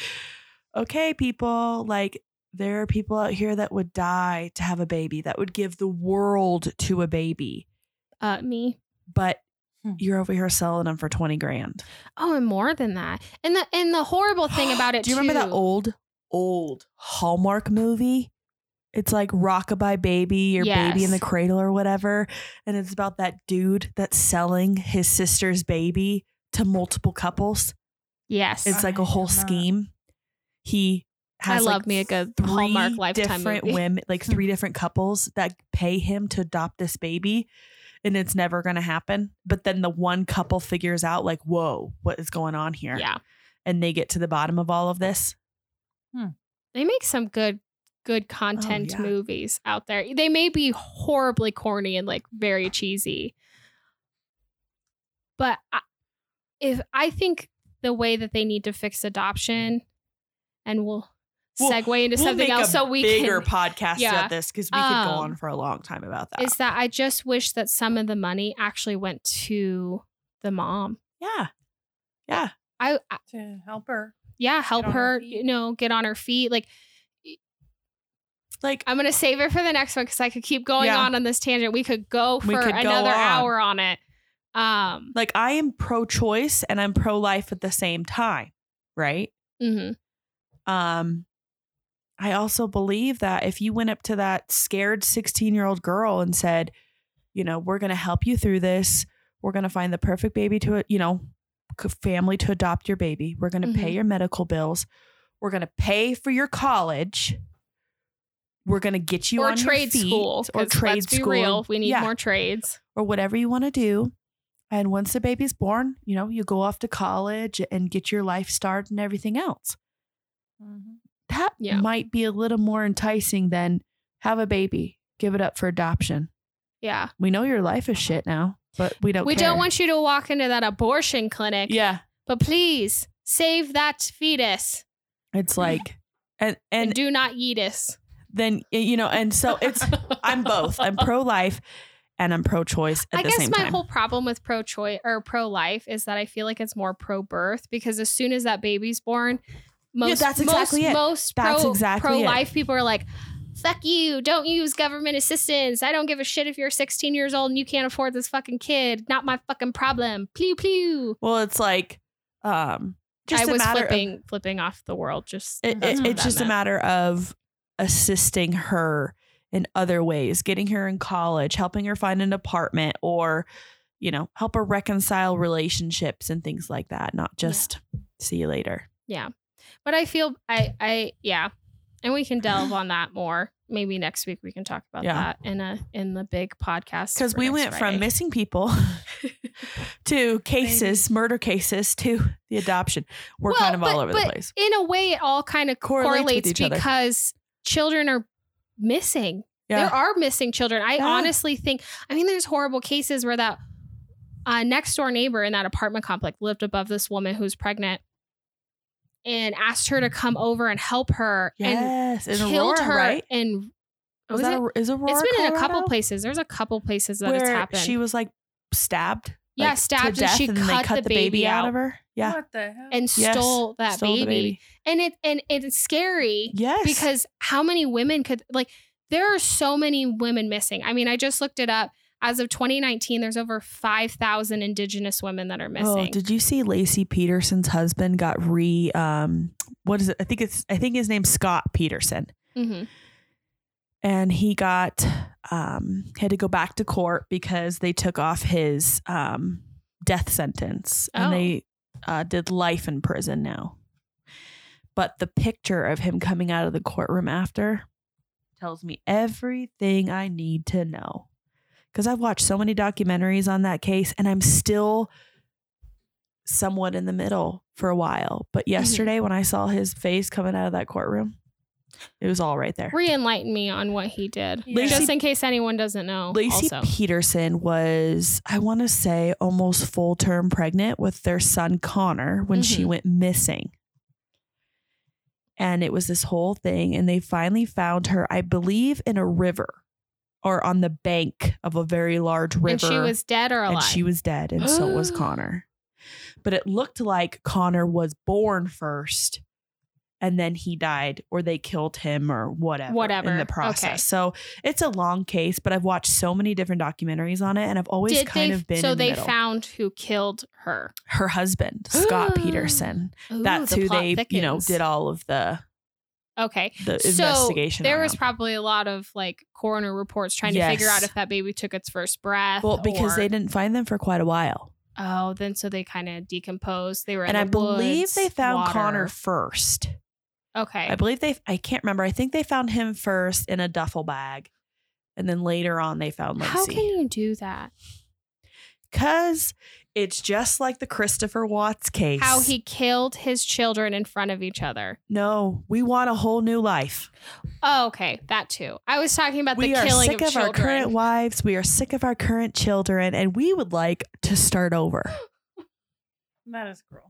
Speaker 1: okay, people, like there are people out here that would die to have a baby, that would give the world to a baby.
Speaker 2: uh, me.
Speaker 1: but
Speaker 3: Hmm.
Speaker 1: you're over here selling them for 20 grand.
Speaker 2: Oh, and more than that. And the and the horrible thing about it
Speaker 1: Do you remember that
Speaker 2: too-
Speaker 1: old, old Hallmark movie? It's like Rockabye Baby or Baby in the
Speaker 2: Yes.
Speaker 1: Cradle or whatever. And it's about that dude that's selling his sister's baby to multiple couples.
Speaker 2: Yes.
Speaker 1: It's like a
Speaker 3: I
Speaker 1: whole
Speaker 3: have not.
Speaker 1: scheme. He has
Speaker 2: I
Speaker 1: like
Speaker 2: love me a good
Speaker 1: three
Speaker 2: Hallmark Lifetime
Speaker 1: different
Speaker 2: movie.
Speaker 1: women, like three different couples that pay him to adopt this baby, and it's never going to happen. But then the one couple figures out, like, whoa, what is going on here?
Speaker 2: yeah.
Speaker 1: and they get to the bottom of all of this.
Speaker 2: They make some good good content
Speaker 1: Oh, yeah.
Speaker 2: movies out there. They may be horribly corny and like very cheesy. But I, if I think the way that they need to fix adoption, and we'll,
Speaker 1: We'll-
Speaker 2: segue into
Speaker 1: We'll
Speaker 2: something
Speaker 1: make
Speaker 2: else
Speaker 1: a
Speaker 2: so we
Speaker 1: bigger
Speaker 2: can.
Speaker 1: podcast
Speaker 2: Yeah.
Speaker 1: about this because we could go
Speaker 2: Um,
Speaker 1: on for a long time about that.
Speaker 2: Is that I just wish that some of the money actually went to the mom.
Speaker 1: yeah,
Speaker 2: I, I
Speaker 3: to help her.
Speaker 2: yeah, help
Speaker 3: on her
Speaker 2: her,
Speaker 3: feet.
Speaker 2: you know, get on her feet. Like
Speaker 1: like
Speaker 2: I'm gonna save it for the next one because I could keep going
Speaker 1: Yeah.
Speaker 2: on on this tangent. We could go for
Speaker 1: We could go
Speaker 2: another
Speaker 1: on.
Speaker 2: hour on it. Um,
Speaker 1: like I am pro-choice and I'm pro-life at the same time, right?
Speaker 2: mhm.
Speaker 1: Um, I also believe that if you went up to that scared 16 year old girl and said, you know, we're going to help you through this, we're going to find the perfect baby to, you know, c- family to adopt your baby, we're going to pay
Speaker 2: Mhm.
Speaker 1: your medical bills, we're going to pay for your college. We're gonna get you
Speaker 2: or
Speaker 1: on your
Speaker 2: trade
Speaker 1: feet,
Speaker 2: school
Speaker 1: or
Speaker 2: 'cause
Speaker 1: trade
Speaker 2: let's be
Speaker 1: school,
Speaker 2: real, we need
Speaker 1: Yeah
Speaker 2: more trades.
Speaker 1: or whatever you want to do. And once the baby's born, you know, you go off to college and get your life started and everything else.
Speaker 3: Mm-hmm.
Speaker 1: That
Speaker 2: Yeah.
Speaker 1: might be a little more enticing than have a baby, give it up for adoption.
Speaker 2: Yeah,
Speaker 1: We know your life is shit now, but we don't
Speaker 2: we
Speaker 1: care.
Speaker 2: don't want you to walk into that abortion clinic.
Speaker 1: Yeah.
Speaker 2: but please save that fetus
Speaker 1: It's like and
Speaker 2: and,
Speaker 1: and
Speaker 2: do not eat us.
Speaker 1: then you know, and so it's I'm both. I'm pro life and I'm pro choice at
Speaker 2: I
Speaker 1: the
Speaker 2: guess
Speaker 1: same
Speaker 2: my
Speaker 1: time.
Speaker 2: whole problem with pro choice or pro life is that I feel like it's more pro birth because as soon as that baby's born, most
Speaker 1: that's exactly
Speaker 2: most,
Speaker 1: it.
Speaker 2: most
Speaker 1: That's
Speaker 2: pro
Speaker 1: exactly it.
Speaker 2: pro life people are like, "Fuck you! Don't use government assistance. I don't give a shit if you're 16 years old and you can't afford this fucking kid. Not my fucking problem." Plew plew.
Speaker 1: well, it's like um just
Speaker 2: I
Speaker 1: a
Speaker 2: was
Speaker 1: matter of
Speaker 2: flipping flipping off the world. Just
Speaker 1: It,
Speaker 2: that's
Speaker 1: it,
Speaker 2: what
Speaker 1: it's
Speaker 2: that
Speaker 1: just a
Speaker 2: meant.
Speaker 1: matter of assisting her in other ways, getting her in college, helping her find an apartment, or, you know, help her reconcile relationships and things like that, not
Speaker 2: Yeah.
Speaker 1: just see you later.
Speaker 2: But I feel I I yeah, and we can delve on that more. Maybe next week we can talk about
Speaker 1: Yeah.
Speaker 2: that in a in the big podcast.
Speaker 1: Because
Speaker 2: for
Speaker 1: we
Speaker 2: next
Speaker 1: went
Speaker 2: Friday.
Speaker 1: from missing people to cases, murder cases, to the adoption. We're
Speaker 2: Well,
Speaker 1: kind of all
Speaker 2: but-
Speaker 1: over the
Speaker 2: but
Speaker 1: place.
Speaker 2: in a way it all kind of
Speaker 1: Correlates with
Speaker 2: correlates,
Speaker 1: each other.
Speaker 2: because children are missing.
Speaker 1: Yeah.
Speaker 2: There are missing children. I
Speaker 1: Yeah.
Speaker 2: honestly think I mean there's horrible cases where that uh, next door neighbor in that apartment complex lived above this woman who's pregnant and asked her to come over and help her and
Speaker 1: yes. In
Speaker 2: killed
Speaker 1: Aurora,
Speaker 2: her
Speaker 1: right?
Speaker 2: and
Speaker 1: Was that, a- is Aurora,
Speaker 2: it's been in a couple
Speaker 1: Colorado?
Speaker 2: places. There's a couple places that
Speaker 1: where
Speaker 2: it's happened.
Speaker 1: she was like stabbed.
Speaker 2: yeah,
Speaker 1: like, to
Speaker 2: stabbed and
Speaker 1: death,
Speaker 2: she
Speaker 1: then
Speaker 2: cut, the, baby, out,
Speaker 1: of her. Yeah.
Speaker 3: What the hell?
Speaker 2: and
Speaker 1: Yes,
Speaker 2: stole that
Speaker 1: Stole the
Speaker 2: baby. And it and it's scary
Speaker 1: Yes.
Speaker 2: because how many women could like there are so many women missing. I mean, I just looked it up. As of 2019, there's over 5,000 indigenous women that are missing.
Speaker 1: Oh, did you see Lacey Peterson's husband got re um what is it? I think it's I think his name's Scott Peterson.
Speaker 2: Mhm.
Speaker 1: And he got um had to go back to court because they took off his um death sentence
Speaker 2: Oh.
Speaker 1: and they uh, did life in prison now. But the picture of him coming out of the courtroom after tells me everything I need to know. Because I've watched so many documentaries on that case and I'm still somewhat in the middle for a while. But yesterday, when I saw his face coming out of that courtroom, it was all right there.
Speaker 2: Re-enlighten me on what he did.
Speaker 3: Yeah.
Speaker 2: Just
Speaker 1: Lacey-
Speaker 2: in case anyone doesn't know.
Speaker 1: Lacey
Speaker 2: also.
Speaker 1: Peterson was, I want to say, almost full term pregnant with their son Connor when she
Speaker 2: Mhm.
Speaker 1: went missing. And it was this whole thing. And they finally found her, I believe, in a river or on the bank of a very large river.
Speaker 2: and she was dead or alive.
Speaker 1: and she was dead. And so was Connor. But it looked like Connor was born first and then he died or they killed him or whatever,
Speaker 2: Whatever.
Speaker 1: in the
Speaker 2: Okay.
Speaker 1: process. So it's a long case, but I've watched so many different documentaries on it and I've always
Speaker 2: did
Speaker 1: kind
Speaker 2: they,
Speaker 1: of been
Speaker 2: so
Speaker 1: in the
Speaker 2: they
Speaker 1: middle.
Speaker 2: found who killed her.
Speaker 1: her husband, Scott Peterson.
Speaker 2: Ooh,
Speaker 1: That's
Speaker 2: the
Speaker 1: who
Speaker 2: plot
Speaker 1: they, you know,
Speaker 2: thickens.
Speaker 1: did all of the
Speaker 2: Okay.
Speaker 1: the investigation.
Speaker 2: There
Speaker 1: around.
Speaker 2: was probably a lot of like coroner reports trying to figure out
Speaker 1: Yes.
Speaker 2: if that baby took its first breath.
Speaker 1: well because
Speaker 2: or-
Speaker 1: they didn't find them for quite a while.
Speaker 2: Oh, then so they kind of decomposed. They were in
Speaker 1: And I
Speaker 2: the
Speaker 1: believe
Speaker 2: woods,
Speaker 1: they found
Speaker 2: water.
Speaker 1: Connor first.
Speaker 2: Okay.
Speaker 1: I believe they, I can't remember. I think they found him first in a duffel bag. And then later on, they found
Speaker 2: How can
Speaker 1: Lacey.
Speaker 2: you do that?
Speaker 1: Because it's just like the Christopher Watts case.
Speaker 2: How he killed his children in front of each other.
Speaker 1: No, we want a whole new life.
Speaker 2: Oh, okay, that too. I was talking about
Speaker 1: we
Speaker 2: the
Speaker 1: are
Speaker 2: killing
Speaker 1: sick
Speaker 2: of,
Speaker 1: of, our
Speaker 2: children.
Speaker 1: current wives. We are sick of our current children. And we would like to start over.
Speaker 3: that is cruel.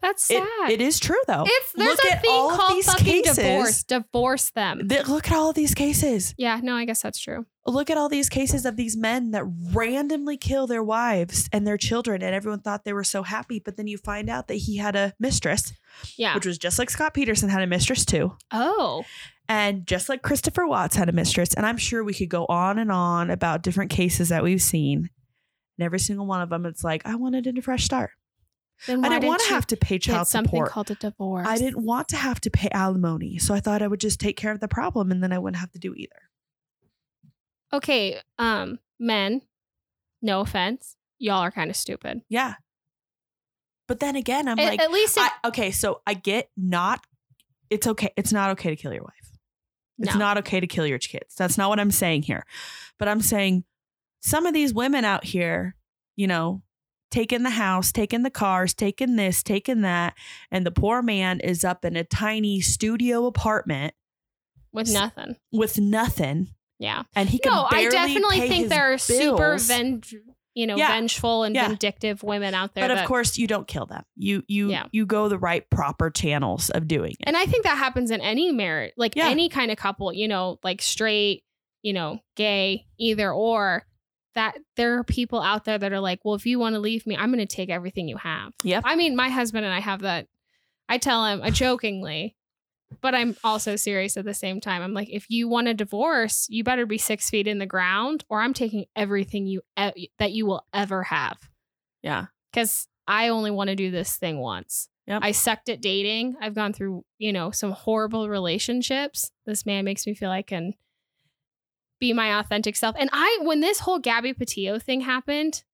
Speaker 2: That's
Speaker 1: It,
Speaker 2: sad.
Speaker 1: it is true though.
Speaker 2: It's there's
Speaker 1: Look
Speaker 2: a
Speaker 1: at
Speaker 2: thing
Speaker 1: all of
Speaker 2: called
Speaker 1: these
Speaker 2: fucking
Speaker 1: cases.
Speaker 2: divorce. Divorce them.
Speaker 1: Th- look at all of these cases.
Speaker 2: yeah, no, I guess that's true.
Speaker 1: Look at all these cases of these men that randomly kill their wives and their children, and everyone thought they were so happy, but then you find out that he had a mistress,
Speaker 2: Yeah.
Speaker 1: which was just like Scott Peterson had a mistress too.
Speaker 2: oh.
Speaker 1: And just like Christopher Watts had a mistress, and I'm sure we could go on and on about different cases that we've seen. And every single one of them, it's like, I wanted a fresh start.
Speaker 2: Then
Speaker 1: I
Speaker 2: why
Speaker 1: didn't want to
Speaker 2: you
Speaker 1: have to pay
Speaker 2: get
Speaker 1: child
Speaker 2: something
Speaker 1: support.
Speaker 2: called a divorce?
Speaker 1: I didn't want to have to pay alimony. So I thought I would just take care of the problem and then I wouldn't have to do either.
Speaker 2: Okay, um, men, no offense, y'all are kind of stupid.
Speaker 1: Yeah. But then again, I'm
Speaker 2: A-
Speaker 1: like,
Speaker 2: at least it,
Speaker 1: I, okay, so I get not, it's okay. It's not okay to kill your wife. It's
Speaker 2: no.
Speaker 1: not okay to kill your kids. That's not what I'm saying here. But I'm saying some of these women out here, you know, taking the house, taking the cars, taking this, taking that. And the poor man is up in a tiny studio apartment
Speaker 2: with nothing.
Speaker 1: with nothing
Speaker 2: Yeah.
Speaker 1: and he can
Speaker 2: No, I
Speaker 1: barely
Speaker 2: definitely
Speaker 1: pay
Speaker 2: think
Speaker 1: his
Speaker 2: there are super
Speaker 1: bills.
Speaker 2: ven- you know,
Speaker 1: Yeah.
Speaker 2: vengeful and
Speaker 1: Yeah.
Speaker 2: vindictive women out there.
Speaker 1: but of
Speaker 2: that-
Speaker 1: course you don't kill them you you
Speaker 2: Yeah.
Speaker 1: you go the right proper channels of doing it
Speaker 2: and I think that happens in any marriage, like
Speaker 1: Yeah.
Speaker 2: any kind of couple, you know, like straight, you know, gay, either or. That there are people out there that are like, well, if you want to leave me, I'm going to take everything you have.
Speaker 1: Yep.
Speaker 2: I mean, my husband and I have that. I tell him, I jokingly, but I'm also serious at the same time. I'm like, if you want a divorce, you better be six feet in the ground, or I'm taking everything you e- that you will ever have.
Speaker 1: Yeah.
Speaker 2: because I only want to do this thing once.
Speaker 1: Yep.
Speaker 2: I sucked at dating. I've gone through, you know, some horrible relationships. This man makes me feel I can be my authentic self. And I, when this whole Gabby Patillo thing happened,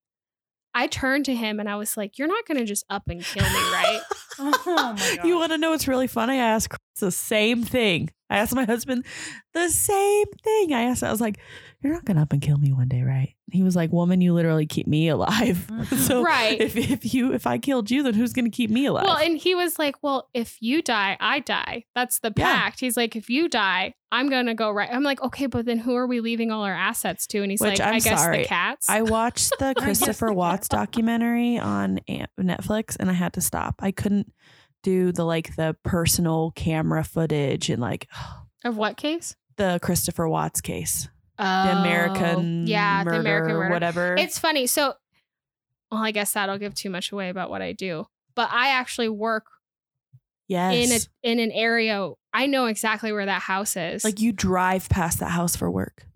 Speaker 2: I turned to him and I was like, "You're not going to just up and kill me, right?"
Speaker 3: Oh my god.
Speaker 1: you want to know what's really funny i asked Chris the same thing i asked my husband the same thing i asked i was like you're not gonna up and kill me one day right he was like woman you literally keep me alive
Speaker 3: Mhm.
Speaker 1: so
Speaker 2: Right.
Speaker 1: if, if you if i killed you then who's gonna keep me alive
Speaker 2: Well, and he was like, "Well, if you die, I die. That's the
Speaker 1: Yeah.
Speaker 2: pact." He's like, "If you die, I'm going to go right." I'm like, "Okay, but then who are we leaving all our assets to?" And he's
Speaker 1: Which
Speaker 2: like,
Speaker 1: I'm
Speaker 2: "I guess
Speaker 1: sorry.
Speaker 2: the cats."
Speaker 1: I watched the
Speaker 3: guess
Speaker 1: Christopher
Speaker 3: the
Speaker 1: Watts documentary on Am- Netflix and I had to stop. I couldn't do the like the personal camera footage and like
Speaker 2: of what case?
Speaker 1: the Christopher Watts case, the
Speaker 2: Oh,
Speaker 1: American
Speaker 2: yeah,
Speaker 1: murder,
Speaker 2: the American murder.
Speaker 1: whatever.
Speaker 2: It's funny. So, well, I guess that'll give too much away about what I do. But I actually work
Speaker 1: yes.
Speaker 2: in a in an area. I know exactly where that house is.
Speaker 1: like you drive past that house for work.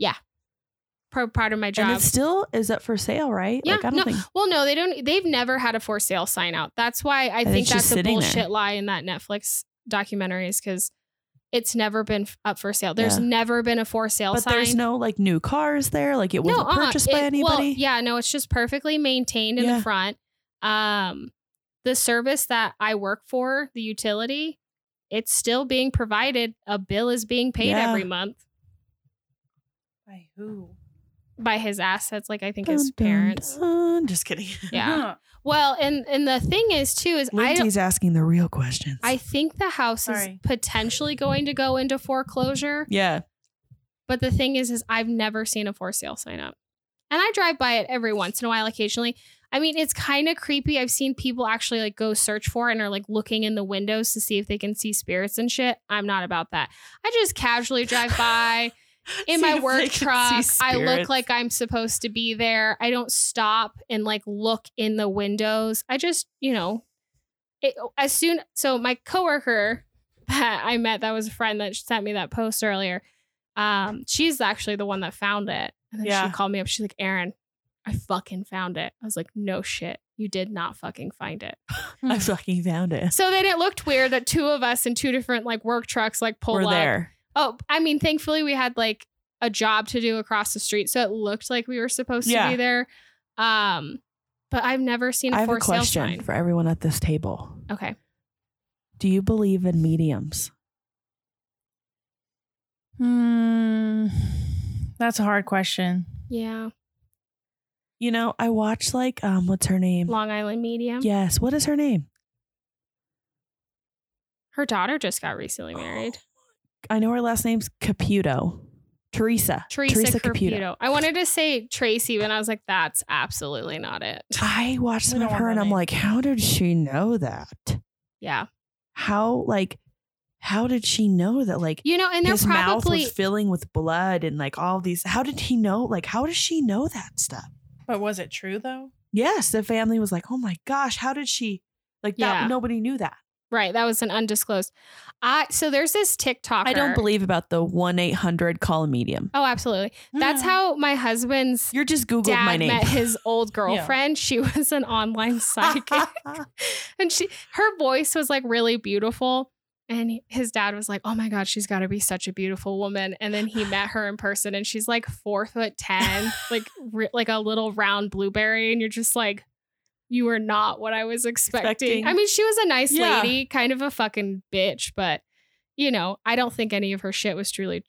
Speaker 2: pro- part of my
Speaker 1: And
Speaker 2: job.
Speaker 1: it still is up for sale, right?
Speaker 2: Yeah,
Speaker 1: like I don't
Speaker 2: no,
Speaker 1: think
Speaker 2: Well, no, they don't. They've never had a for sale sign out. That's why I
Speaker 1: it's
Speaker 2: think
Speaker 1: just
Speaker 2: that's a
Speaker 1: sitting
Speaker 2: bullshit
Speaker 1: there.
Speaker 2: lie in that Netflix documentary is because it's never been f- up for sale. There's
Speaker 1: Yeah.
Speaker 2: never been a for sale
Speaker 1: but
Speaker 2: sign.
Speaker 1: there's no like new cars there. Like it wasn't
Speaker 2: uh-uh.
Speaker 1: purchased by
Speaker 2: It-
Speaker 1: anybody.
Speaker 2: well, yeah, no, it's just perfectly maintained in
Speaker 1: Yeah.
Speaker 2: the front. Um, the service that I work for, the utility, it's still being provided. A bill is being paid
Speaker 1: Yeah.
Speaker 2: every month
Speaker 3: By who?
Speaker 2: by his assets, like I think his
Speaker 1: Dun, dun, Uh-huh.
Speaker 2: parents.
Speaker 1: dun. Just kidding.
Speaker 2: Yeah. Well, and and the thing is too is I don't,
Speaker 1: Lindsay's asking the real questions.
Speaker 2: I think the house
Speaker 3: Sorry.
Speaker 2: is potentially going to go into foreclosure.
Speaker 1: yeah.
Speaker 2: But the thing is, is I've never seen a for sale sign up. And I drive by it every once in a while occasionally. I mean, it's kind of creepy. I've seen people actually like go search for it and are like looking in the windows to see if they can see spirits and shit. I'm not about that. I just casually drive by in
Speaker 1: See if
Speaker 2: my
Speaker 1: they
Speaker 2: work
Speaker 1: can see
Speaker 2: truck. I look
Speaker 1: spirits.
Speaker 2: like I'm supposed to be there. I don't stop and like look in the windows. I just, you know, it, oh, as soon so my coworker that I met that was a friend that sent me that post earlier. Um, she's actually the one that found it. And then
Speaker 1: Yeah.
Speaker 2: she called me up. She's like, "Aaron, I fucking found it." I was like, "No shit. You did not fucking find it." hmm,
Speaker 1: I fucking found it.
Speaker 2: So then it looked weird that two of us in two different like work trucks like pulled
Speaker 1: We're
Speaker 2: up.
Speaker 1: there.
Speaker 2: Oh, I mean, thankfully we had like a job to do across the street, so it looked like we were supposed to
Speaker 1: Yeah.
Speaker 2: be there. Um, but I've never seen
Speaker 1: I
Speaker 2: a
Speaker 1: have a
Speaker 2: for sale
Speaker 1: question
Speaker 2: sign.
Speaker 1: for everyone at this table.
Speaker 2: Okay.
Speaker 1: Do you believe in mediums?
Speaker 3: Hmm. That's a hard question.
Speaker 2: Yeah.
Speaker 1: You know, I watched like um what's her name?
Speaker 2: Long Island Medium.
Speaker 1: Yes, what is her name?
Speaker 2: Her daughter just got recently married.
Speaker 1: I know her last name's Caputo. Teresa.
Speaker 2: Teresa, Caputo. I wanted to say Tracy, but I was like, that's absolutely not it.
Speaker 1: I watched some
Speaker 3: We
Speaker 1: of
Speaker 3: don't want
Speaker 1: her
Speaker 3: her
Speaker 1: and I'm
Speaker 3: name.
Speaker 1: like, how did she know that?
Speaker 2: Yeah.
Speaker 1: How like how did she know that like
Speaker 2: You know, and they're
Speaker 1: his mouth
Speaker 2: probably
Speaker 1: was filling with blood and like all these how did he know like how does she know that stuff?
Speaker 3: But was it true though?
Speaker 1: Yes, the family was like, "Oh my gosh, how did she like that
Speaker 2: Yeah.
Speaker 1: nobody knew that."
Speaker 2: right. That was an undisclosed. I so there's this TikToker.
Speaker 1: I don't believe about the 1-800 call a medium.
Speaker 2: Oh, absolutely. That's how my husband's
Speaker 1: You're just googled
Speaker 2: dad
Speaker 1: my name.
Speaker 2: met his old girlfriend. She was an online psychic. and she her voice was like really beautiful and he- his dad was like oh my god she's got to be such a beautiful woman and then he met her in person and she's like four foot ten like re- like a little round blueberry and you're just like you were not what i was expecting,
Speaker 1: Expecting.
Speaker 2: i mean she was a nice
Speaker 1: Yeah.
Speaker 2: lady kind of a fucking bitch but you know i don't think any of her shit was truly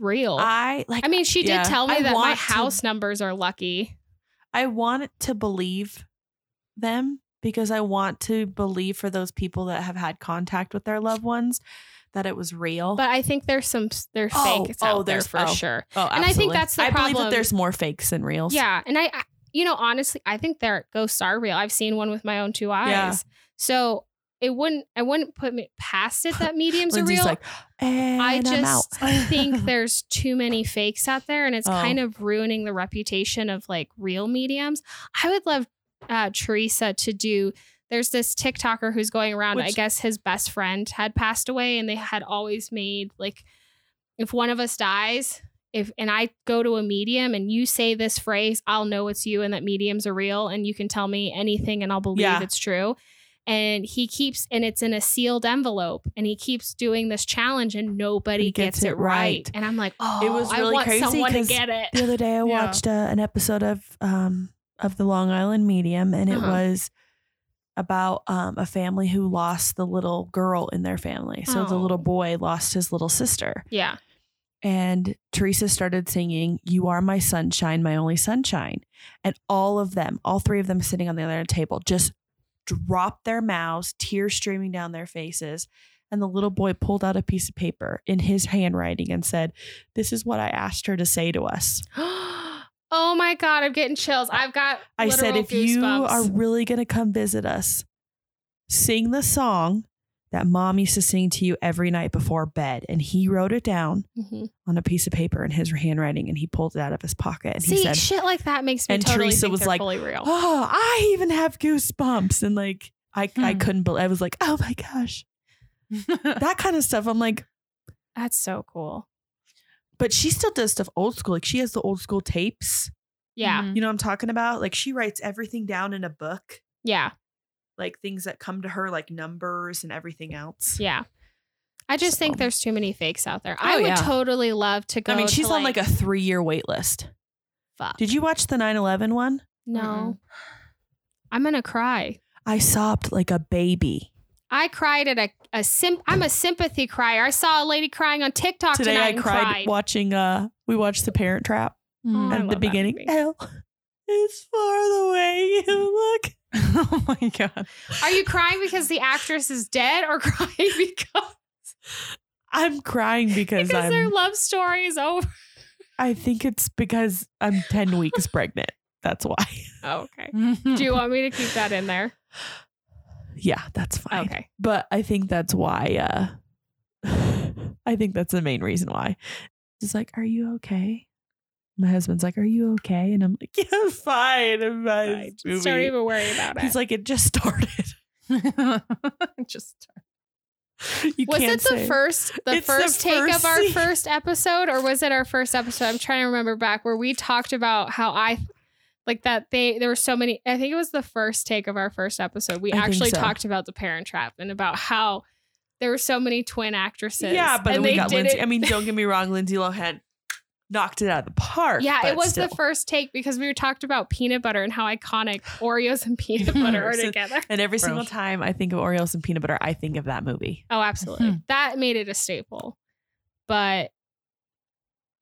Speaker 2: real i,
Speaker 1: I like
Speaker 2: mean she did
Speaker 1: yeah.
Speaker 2: tell me
Speaker 1: I
Speaker 2: that my
Speaker 1: want to-
Speaker 2: house numbers are lucky
Speaker 1: I want to believe them because I want to believe for those people that have had contact with their loved ones that it was real.
Speaker 2: but i think there's some they're
Speaker 1: Oh,
Speaker 2: fake it's
Speaker 1: oh,
Speaker 2: out there
Speaker 1: there's-
Speaker 2: for
Speaker 1: oh.
Speaker 2: sure
Speaker 1: oh,
Speaker 2: and I think that's the
Speaker 1: I believe
Speaker 2: problem.
Speaker 1: that there's more fakes than reals.
Speaker 2: Yeah, and I, I you know, honestly, I think their ghosts are real. I've seen one with my own two eyes.
Speaker 1: Yeah.
Speaker 2: So it wouldn't, I wouldn't put me past it that mediums are
Speaker 1: Lindsay's
Speaker 2: real.
Speaker 1: like, and
Speaker 2: I
Speaker 1: am out.
Speaker 2: just think there's too many fakes out there, and it's
Speaker 1: Oh.
Speaker 2: kind of ruining the reputation of like real mediums. I would love uh, Teresa to do. There's this TikToker who's going around. I
Speaker 1: Which-
Speaker 2: guess his best friend had passed away, and they had always made like, if one of us dies, if and I go to a medium and you say this phrase, I'll know it's you and that mediums are real, and you can tell me anything, and I'll believe
Speaker 1: Yeah.
Speaker 2: it's true and he keeps and it's in a sealed envelope and he keeps doing this challenge and nobody
Speaker 1: He
Speaker 2: gets,
Speaker 1: gets
Speaker 2: it
Speaker 1: it
Speaker 2: right.
Speaker 1: right.
Speaker 2: and i'm like oh
Speaker 1: It was
Speaker 2: i
Speaker 1: really
Speaker 2: want
Speaker 1: crazy
Speaker 2: someone to
Speaker 1: 'cause
Speaker 2: get
Speaker 1: the
Speaker 2: it
Speaker 1: other day I watched uh, an episode of um of the Long Island Medium and it
Speaker 2: Uh-huh.
Speaker 1: was about um, a family who lost the little girl in their family. So the
Speaker 2: Oh.
Speaker 1: little boy lost his little sister.
Speaker 2: yeah
Speaker 1: And Teresa started singing, You Are My Sunshine, My Only Sunshine. And all of them, all three of them sitting on the other table, just dropped their mouths, tears streaming down their faces. And the little boy pulled out a piece of paper in his handwriting and said, This is what I asked her to say to us.
Speaker 2: oh my god i'm getting chills i've got
Speaker 1: I said,
Speaker 2: literal
Speaker 1: If you
Speaker 2: goosebumps."
Speaker 1: are really going to come visit us, sing the song that mom used to sing to you every night before bed. And he wrote it down
Speaker 2: Mhm.
Speaker 1: on a piece of paper in his handwriting and he pulled it out of his pocket and
Speaker 2: see
Speaker 1: he said
Speaker 2: shit like that makes me
Speaker 1: And
Speaker 2: totally
Speaker 1: Teresa
Speaker 2: think
Speaker 1: was
Speaker 2: they're
Speaker 1: like,
Speaker 2: fully real
Speaker 1: oh i even have goosebumps and like i i
Speaker 3: Hmm.
Speaker 1: couldn't believe i was like oh my gosh that kind of stuff i'm like
Speaker 2: that's so cool
Speaker 1: but she still does stuff old school like she has the old school tapes
Speaker 2: yeah
Speaker 1: you know what i'm talking about like she writes everything down in a book
Speaker 2: yeah
Speaker 1: like things that come to her like numbers and everything else
Speaker 2: yeah i just think
Speaker 1: So-
Speaker 2: there's too many fakes out there i
Speaker 3: Oh,
Speaker 2: would
Speaker 3: yeah.
Speaker 2: totally love to go
Speaker 1: i mean
Speaker 2: to,
Speaker 1: she's on like a three-year wait list
Speaker 2: fuck
Speaker 1: did you Mm-hmm. watch the 9-11 one
Speaker 2: no i'm gonna cry
Speaker 1: i sobbed like a baby
Speaker 2: I cried at a, a sim. I'm a sympathy crier. I saw a lady crying on TikTok
Speaker 1: today
Speaker 2: tonight
Speaker 1: i
Speaker 2: and
Speaker 1: cried, watching uh we watched the parent trap
Speaker 3: Hmm.
Speaker 2: Mm. I
Speaker 1: at the
Speaker 2: love that
Speaker 1: beginning.
Speaker 2: movie.
Speaker 1: L is far the way you look.
Speaker 3: oh my god.
Speaker 2: Are you crying because the actress is dead, or crying because,
Speaker 1: I'm crying because,
Speaker 2: because their
Speaker 1: I'm.
Speaker 2: love story is over?
Speaker 1: I think it's because I'm ten weeks pregnant. That's why.
Speaker 2: Oh, okay. Do you want me to keep that in there?
Speaker 1: Yeah, that's fine.
Speaker 2: Okay.
Speaker 1: But I think that's why. Uh, I think that's the main reason why. It's like, are you okay? My husband's like, are you okay? And I'm like, yeah, I'm fine. I'm fine.
Speaker 2: I
Speaker 1: It's
Speaker 2: just don't
Speaker 1: movie."
Speaker 2: even worry about it.
Speaker 1: He's like, it just started.
Speaker 3: Just
Speaker 1: You
Speaker 2: was
Speaker 1: can't
Speaker 2: it the
Speaker 1: say
Speaker 2: first the
Speaker 1: It's the
Speaker 2: first take of
Speaker 1: first
Speaker 2: our
Speaker 1: scene.
Speaker 2: first episode, or was it our first episode? I'm trying to remember back where we talked about how I like that they there were so many. I think it was the first take of our first episode. We
Speaker 1: I think
Speaker 2: actually
Speaker 1: so.
Speaker 2: talked about the Parent Trap and about how there were so many twin actresses.
Speaker 1: Yeah, but then
Speaker 2: and
Speaker 1: we
Speaker 2: they
Speaker 1: got
Speaker 2: did
Speaker 1: Lindsay.
Speaker 2: it-
Speaker 1: I mean, don't get me wrong, Lindsay Lohan knocked it out of the park.
Speaker 2: yeah, it
Speaker 1: but
Speaker 2: was
Speaker 1: still.
Speaker 2: the first take because we were talked about peanut butter and how iconic Oreos and peanut butter are
Speaker 1: So-
Speaker 2: together.
Speaker 1: And every
Speaker 3: Gross.
Speaker 1: single time I think of Oreos and peanut butter, I think of that movie.
Speaker 2: Oh, absolutely.
Speaker 3: Hmm.
Speaker 2: That made it a staple. But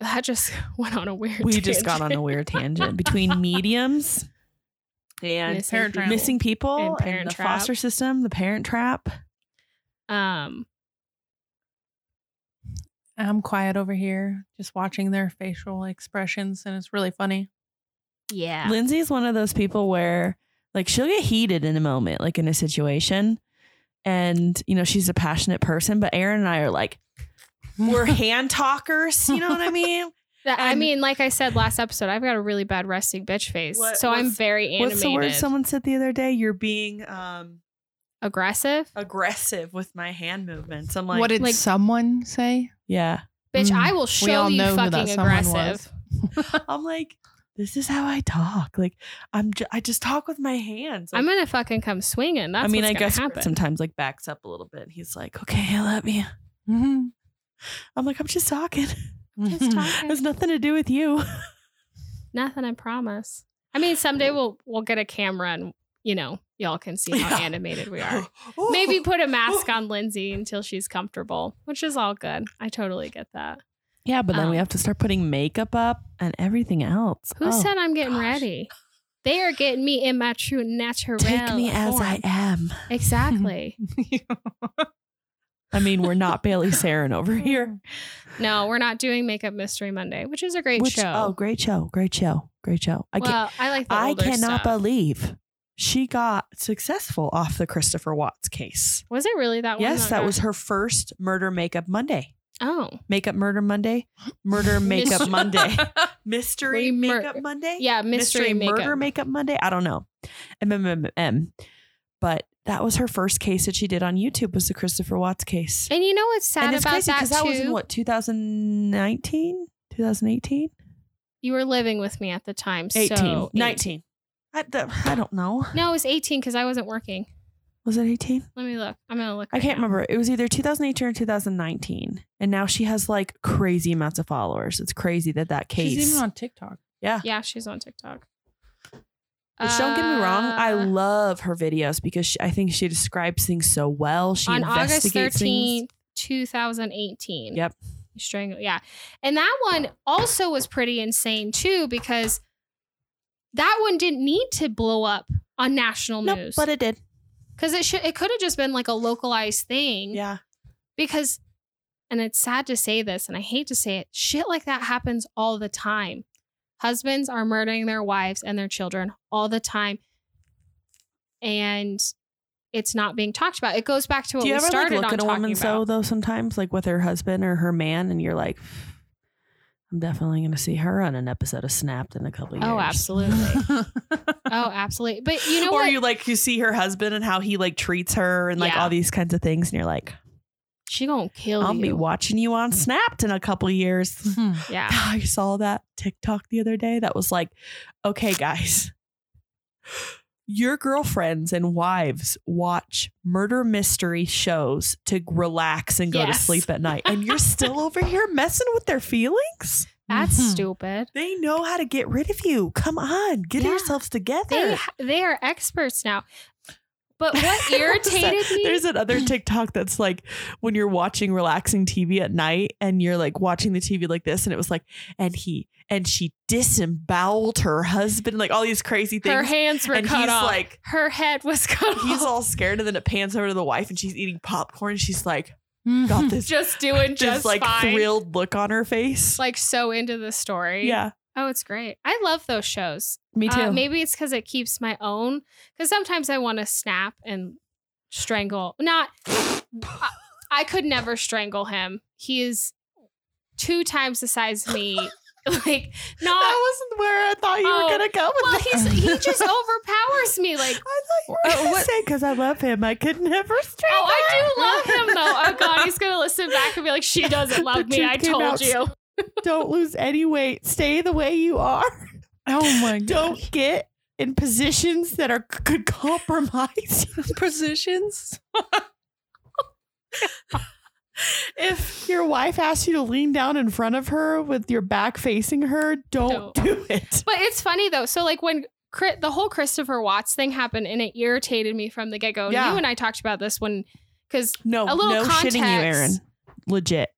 Speaker 2: that just went on a weird
Speaker 1: We just got on
Speaker 2: tangent.
Speaker 1: a weird tangant between mediums and
Speaker 2: Missing
Speaker 3: Parent Trap.
Speaker 2: people.
Speaker 1: missing people
Speaker 2: And
Speaker 1: and,
Speaker 2: Parent
Speaker 1: the
Speaker 2: Trap.
Speaker 1: foster system, the parent trap.
Speaker 2: Um
Speaker 3: I'm quiet over here, just watching their facial expressions, and it's really funny.
Speaker 2: yeah.
Speaker 1: Lindsay's one of those people where like she'll get heated in a moment, like in a situation. and you know she's a passionate person but aaron and i are like we're hand talkers you know what i mean
Speaker 2: That- I
Speaker 1: And-
Speaker 2: mean, like I said last episode, I've got a really bad resting bitch face,
Speaker 1: What-
Speaker 2: so I'm
Speaker 1: what's-
Speaker 2: very animated.
Speaker 1: what's the word someone said the other day you're being um
Speaker 2: Aggressive,
Speaker 1: aggressive with my hand movements i'm like
Speaker 3: what did
Speaker 2: like-
Speaker 3: someone say?
Speaker 1: yeah
Speaker 2: bitch.
Speaker 3: Mm.
Speaker 2: I will
Speaker 3: we
Speaker 2: show
Speaker 3: all
Speaker 2: you
Speaker 3: know who that
Speaker 2: fucking
Speaker 3: someone
Speaker 2: aggressive.
Speaker 3: was.
Speaker 1: i'm like this is how i talk like i'm ju- i just talk with my hands Like,
Speaker 2: I'm gonna fucking come swinging. That's
Speaker 1: I mean,
Speaker 2: what's
Speaker 1: I
Speaker 2: gonna
Speaker 1: guess Brett
Speaker 2: happen.
Speaker 1: sometimes like backs up a little bit. He's like, "Okay, let me."
Speaker 3: Mhm.
Speaker 1: I'm like, "I'm just talking.
Speaker 2: Just talking.
Speaker 1: it has nothing to do with you."
Speaker 2: Nothing, I promise. I mean, someday we'll we'll get a camera and you know y'all can see how
Speaker 1: Yeah.
Speaker 2: animated we are. Maybe
Speaker 1: Oh.
Speaker 2: put a mask on Lindsay until she's comfortable, which is all good. I totally get that.
Speaker 1: Yeah, but then we
Speaker 2: Um,
Speaker 1: have to start putting makeup up and everything else.
Speaker 2: Who
Speaker 1: Oh,
Speaker 2: said I'm getting
Speaker 1: gosh.
Speaker 2: ready? They are getting me in my true natural.
Speaker 1: Take me as I
Speaker 2: form.
Speaker 1: am.
Speaker 2: Exactly.
Speaker 1: I mean, we're not Bailey Sarin over here.
Speaker 2: no, we're not doing Makeup Mystery Monday, which is a great
Speaker 1: Which-
Speaker 2: show.
Speaker 1: Oh, great show! Great show! Great show! I can't,
Speaker 2: well, I like the
Speaker 1: I
Speaker 2: older
Speaker 1: cannot
Speaker 2: stuff.
Speaker 1: believe she got successful off the Christopher Watts case.
Speaker 2: Was it really that one?
Speaker 1: yes, that
Speaker 2: Okay.
Speaker 1: was her first Murder Makeup Monday.
Speaker 2: Oh,
Speaker 1: Makeup Murder Monday, Murder Makeup
Speaker 2: Mystery-
Speaker 1: Monday, Mystery
Speaker 2: What do you mur-
Speaker 1: Makeup Monday,
Speaker 2: yeah, Mystery, Makeup.
Speaker 1: Murder Makeup Monday. I don't know, MMM. But that was her first case that she did on YouTube was the Christopher Watts case.
Speaker 2: and you know what's sad
Speaker 1: and it's
Speaker 2: about
Speaker 1: crazy
Speaker 2: that too?
Speaker 1: that was in what 2019, 2018,
Speaker 2: you were living with me at the time.
Speaker 1: 18,
Speaker 2: so
Speaker 1: 19. I, the, I don't know.
Speaker 2: No, it was 18 because I wasn't working.
Speaker 1: Was it 18?
Speaker 2: Let me look. I'm gonna look.
Speaker 1: I
Speaker 2: right
Speaker 1: can't
Speaker 2: now.
Speaker 1: remember. It was either 2018 or 2019, and now she has like crazy amounts of followers. It's crazy that that case.
Speaker 3: She's even on TikTok.
Speaker 2: Yeah, she's on TikTok.
Speaker 1: Which don't get me wrong, I
Speaker 2: Uh,
Speaker 1: love her videos because she, I think she describes things so well. She
Speaker 2: on August
Speaker 1: investigates things.
Speaker 2: 13th, 2018.
Speaker 1: Yep.
Speaker 2: You strangle. Yeah. And that one also was pretty insane too because that one didn't need to blow up on national
Speaker 1: Nope,
Speaker 2: news Mm-hmm.
Speaker 1: but it did.
Speaker 2: because it should it could have just been like a localized thing
Speaker 1: Yeah,
Speaker 2: because and it's sad to say this and I hate to say it shit like that happens all the time. Husbands are murdering their wives and their children all the time. And it's not being talked about. It goes back to what
Speaker 1: Do you
Speaker 2: we
Speaker 1: ever like
Speaker 2: started
Speaker 1: look at
Speaker 2: on
Speaker 1: a
Speaker 2: talking
Speaker 1: woman
Speaker 2: about.
Speaker 1: so though sometimes, like with her husband or her man, and you're like, I'm definitely going to see her on an episode of Snapped in a couple years.
Speaker 2: Oh, absolutely. oh, absolutely. But you know
Speaker 1: or
Speaker 2: what?
Speaker 1: you like you see her husband and how he like treats her and like
Speaker 2: Yeah.
Speaker 1: all these kinds of things, and you're like,
Speaker 2: she gonna kill
Speaker 1: I'll
Speaker 2: you.
Speaker 1: be watching you on Snapped in a couple years.
Speaker 3: Hmm.
Speaker 2: yeah.
Speaker 1: I saw that TikTok the other day that was like, okay, guys, your girlfriends and wives watch murder mystery shows to relax and go to
Speaker 2: Yes.
Speaker 1: sleep at night. And you're still over here messing with their feelings?
Speaker 2: That's
Speaker 3: Mhm.
Speaker 2: stupid.
Speaker 1: They know how to get rid of you. Come on, get
Speaker 2: Yeah.
Speaker 1: yourselves
Speaker 2: They
Speaker 1: together.
Speaker 2: they are experts now. But what irritated me
Speaker 1: There's another TikTok that's like when you're watching relaxing TV at night and you're like watching the TV like this, and it was like, and he and she disemboweled her husband, like all these crazy things.
Speaker 2: her hands were
Speaker 1: and
Speaker 2: cut
Speaker 1: he's
Speaker 2: off.
Speaker 1: like,
Speaker 2: her head was cut
Speaker 1: he's
Speaker 2: off.
Speaker 1: all scared, and then it pans over to the wife, and she's eating popcorn. And she's like, got
Speaker 3: Mhm.
Speaker 1: this just,
Speaker 2: just doing just
Speaker 1: like
Speaker 2: fine.
Speaker 1: thrilled look on her face.
Speaker 2: Like so into the story.
Speaker 1: yeah,
Speaker 2: Oh, it's great. I love those shows.
Speaker 1: me
Speaker 2: Uh, maybe it's because it keeps my own. Because sometimes I want to snap and strangle. Not, I, I could never strangle him. He is two times the size of me. like,
Speaker 1: that
Speaker 2: not.
Speaker 1: wasn't where I thought you
Speaker 2: Oh,
Speaker 1: were gonna go with
Speaker 2: Well,
Speaker 1: that.
Speaker 2: he's he just overpowers me. Like,
Speaker 1: I thought you were
Speaker 3: Oh,
Speaker 1: gonna
Speaker 3: what-
Speaker 1: say because I love him. I could never strangle.
Speaker 2: oh, I do love him though. Oh God, he's gonna listen back and be like, she doesn't
Speaker 1: The
Speaker 2: love me.
Speaker 1: truth
Speaker 2: I
Speaker 1: came
Speaker 2: told
Speaker 1: out.
Speaker 2: you.
Speaker 1: Don't lose any weight. Stay the way you are.
Speaker 3: Oh my god.
Speaker 1: Don't get in positions that are could compromise.
Speaker 3: positions.
Speaker 1: if your wife asks you to lean down in front of her with your back facing her, don't,
Speaker 2: Don't.
Speaker 1: do it.
Speaker 2: But it's funny though. So like when Chri- the whole Christopher Watts thing happened, and it irritated me from the get go.
Speaker 1: Yeah.
Speaker 2: You and I talked about this when, because
Speaker 1: No,
Speaker 2: A little
Speaker 1: no shitting you, Aaron.
Speaker 2: context.
Speaker 1: Legit.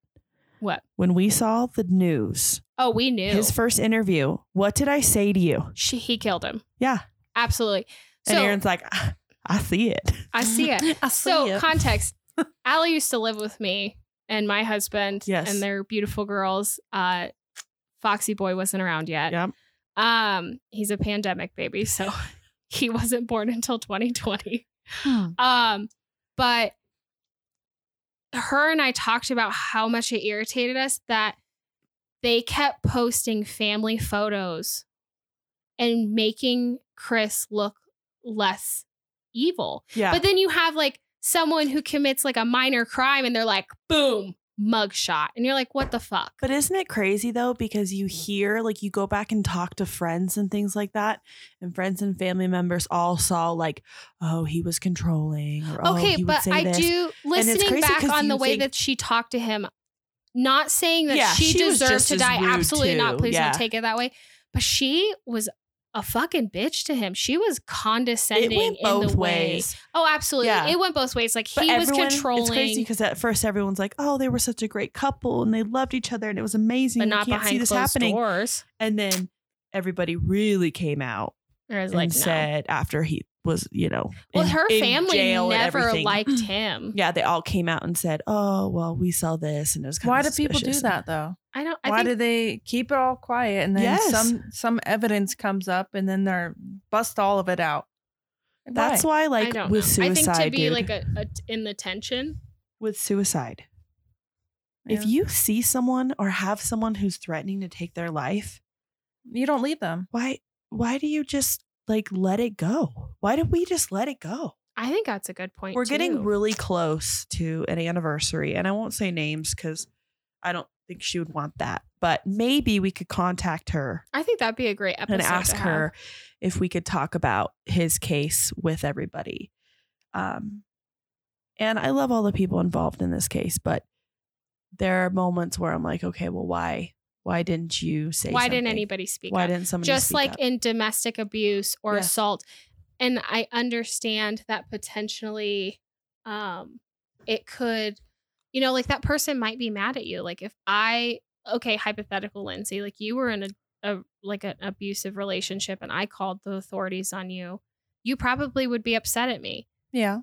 Speaker 2: What?
Speaker 1: When we saw the news,
Speaker 2: oh, we knew
Speaker 1: his first interview, what did I say to you?
Speaker 2: she he killed him.
Speaker 1: Yeah.
Speaker 2: Absolutely.
Speaker 1: And
Speaker 2: So
Speaker 1: Aaron's like, "Ah, I see it.
Speaker 2: I see it.
Speaker 3: I
Speaker 2: so
Speaker 3: see it.
Speaker 2: context. Allie used to live with me and my husband
Speaker 1: Yes.
Speaker 2: and their beautiful girls. Uh Foxy Boy wasn't around yet.
Speaker 1: Yep.
Speaker 2: Um, he's a pandemic baby, so he wasn't born until 2020.
Speaker 3: Hmm.
Speaker 2: Um, But her and I talked about how much it irritated us that they kept posting family photos and making Chris look less evil.
Speaker 1: Yeah.
Speaker 2: But then you have like someone who commits like a minor crime and they're like, boom, mugshot. And you're like, what the fuck?
Speaker 1: But isn't it crazy though? Because you hear, like, you go back and talk to friends and things like that, and friends and family members all saw, like, oh, he was controlling. Or,
Speaker 2: okay,
Speaker 1: oh, he would
Speaker 2: but
Speaker 1: say
Speaker 2: I
Speaker 1: this.
Speaker 2: do
Speaker 1: it's
Speaker 2: listening
Speaker 1: crazy
Speaker 2: back
Speaker 1: 'cause
Speaker 2: on the
Speaker 1: you
Speaker 2: way
Speaker 1: think-
Speaker 2: that she talked to him, not saying that
Speaker 1: Yeah,
Speaker 2: she,
Speaker 1: she was
Speaker 2: deserved
Speaker 1: just
Speaker 2: to
Speaker 1: as
Speaker 2: die.
Speaker 1: rude
Speaker 2: Absolutely not.
Speaker 1: too,
Speaker 2: Please
Speaker 1: yeah.
Speaker 2: don't take it that way. But she was a fucking bitch to him. She was condescending
Speaker 1: It went
Speaker 2: in
Speaker 1: both
Speaker 2: the way.
Speaker 1: ways.
Speaker 2: Oh, absolutely.
Speaker 1: Yeah.
Speaker 2: It went both ways. Like
Speaker 1: But
Speaker 2: he
Speaker 1: everyone,
Speaker 2: was controlling.
Speaker 1: It's crazy because at first everyone's like, "Oh, they were such a great couple and they loved each other and it was amazing."
Speaker 2: but
Speaker 1: and
Speaker 2: not
Speaker 1: you can't
Speaker 2: behind
Speaker 1: see this
Speaker 2: closed
Speaker 1: happening.
Speaker 2: doors.
Speaker 1: And then everybody really came out
Speaker 2: Or is
Speaker 1: and
Speaker 2: like no.
Speaker 1: said after he was, you know,
Speaker 2: well,
Speaker 1: in-
Speaker 2: her
Speaker 1: in
Speaker 2: family
Speaker 1: jail and
Speaker 2: never
Speaker 1: everything.
Speaker 2: liked him.
Speaker 1: Yeah, they all came out and said, "Oh, well, we saw this," and it was kind
Speaker 3: Why
Speaker 1: of
Speaker 3: do people do
Speaker 1: suspicious.
Speaker 3: that though?
Speaker 2: I don't. I
Speaker 3: Why
Speaker 2: think
Speaker 3: do they keep it all quiet and then
Speaker 1: Yes.
Speaker 3: some some evidence comes up and then they're bust all of it out? Like,
Speaker 1: That's
Speaker 3: why?
Speaker 1: why,
Speaker 2: I
Speaker 1: like,
Speaker 2: don't
Speaker 1: with
Speaker 2: know.
Speaker 1: suicide,
Speaker 2: I think to be
Speaker 1: dude,
Speaker 2: like a, a in the tension.
Speaker 1: with suicide, if
Speaker 3: Yeah.
Speaker 1: you see someone or have someone who's threatening to take their life,
Speaker 3: you don't leave them.
Speaker 1: why, why do you just like let it go? Why did we just let it go?
Speaker 2: I think that's a good point.
Speaker 1: We're
Speaker 2: too.
Speaker 1: getting really close to an anniversary, and I won't say names because I don't think she would want that. But maybe we could contact her
Speaker 2: I think that'd be a great episode.
Speaker 1: and
Speaker 2: to
Speaker 1: ask
Speaker 2: have.
Speaker 1: her if we could talk about his case with everybody. Um, and I love all the people involved in this case, but there are moments where I'm like, okay, well, why, why didn't you say?
Speaker 2: Why didn't
Speaker 1: something?
Speaker 2: anybody speak
Speaker 1: Why
Speaker 2: up?
Speaker 1: didn't somebody?
Speaker 2: Just
Speaker 1: speak
Speaker 2: like
Speaker 1: up?
Speaker 2: in domestic abuse or
Speaker 1: Yeah.
Speaker 2: assault. And I understand that potentially um it could, you know, like that person might be mad at you. Like if I okay, hypothetical Lindsay, like you were in a, a like an abusive relationship and I called the authorities on you, you probably would be upset at me.
Speaker 3: Yeah.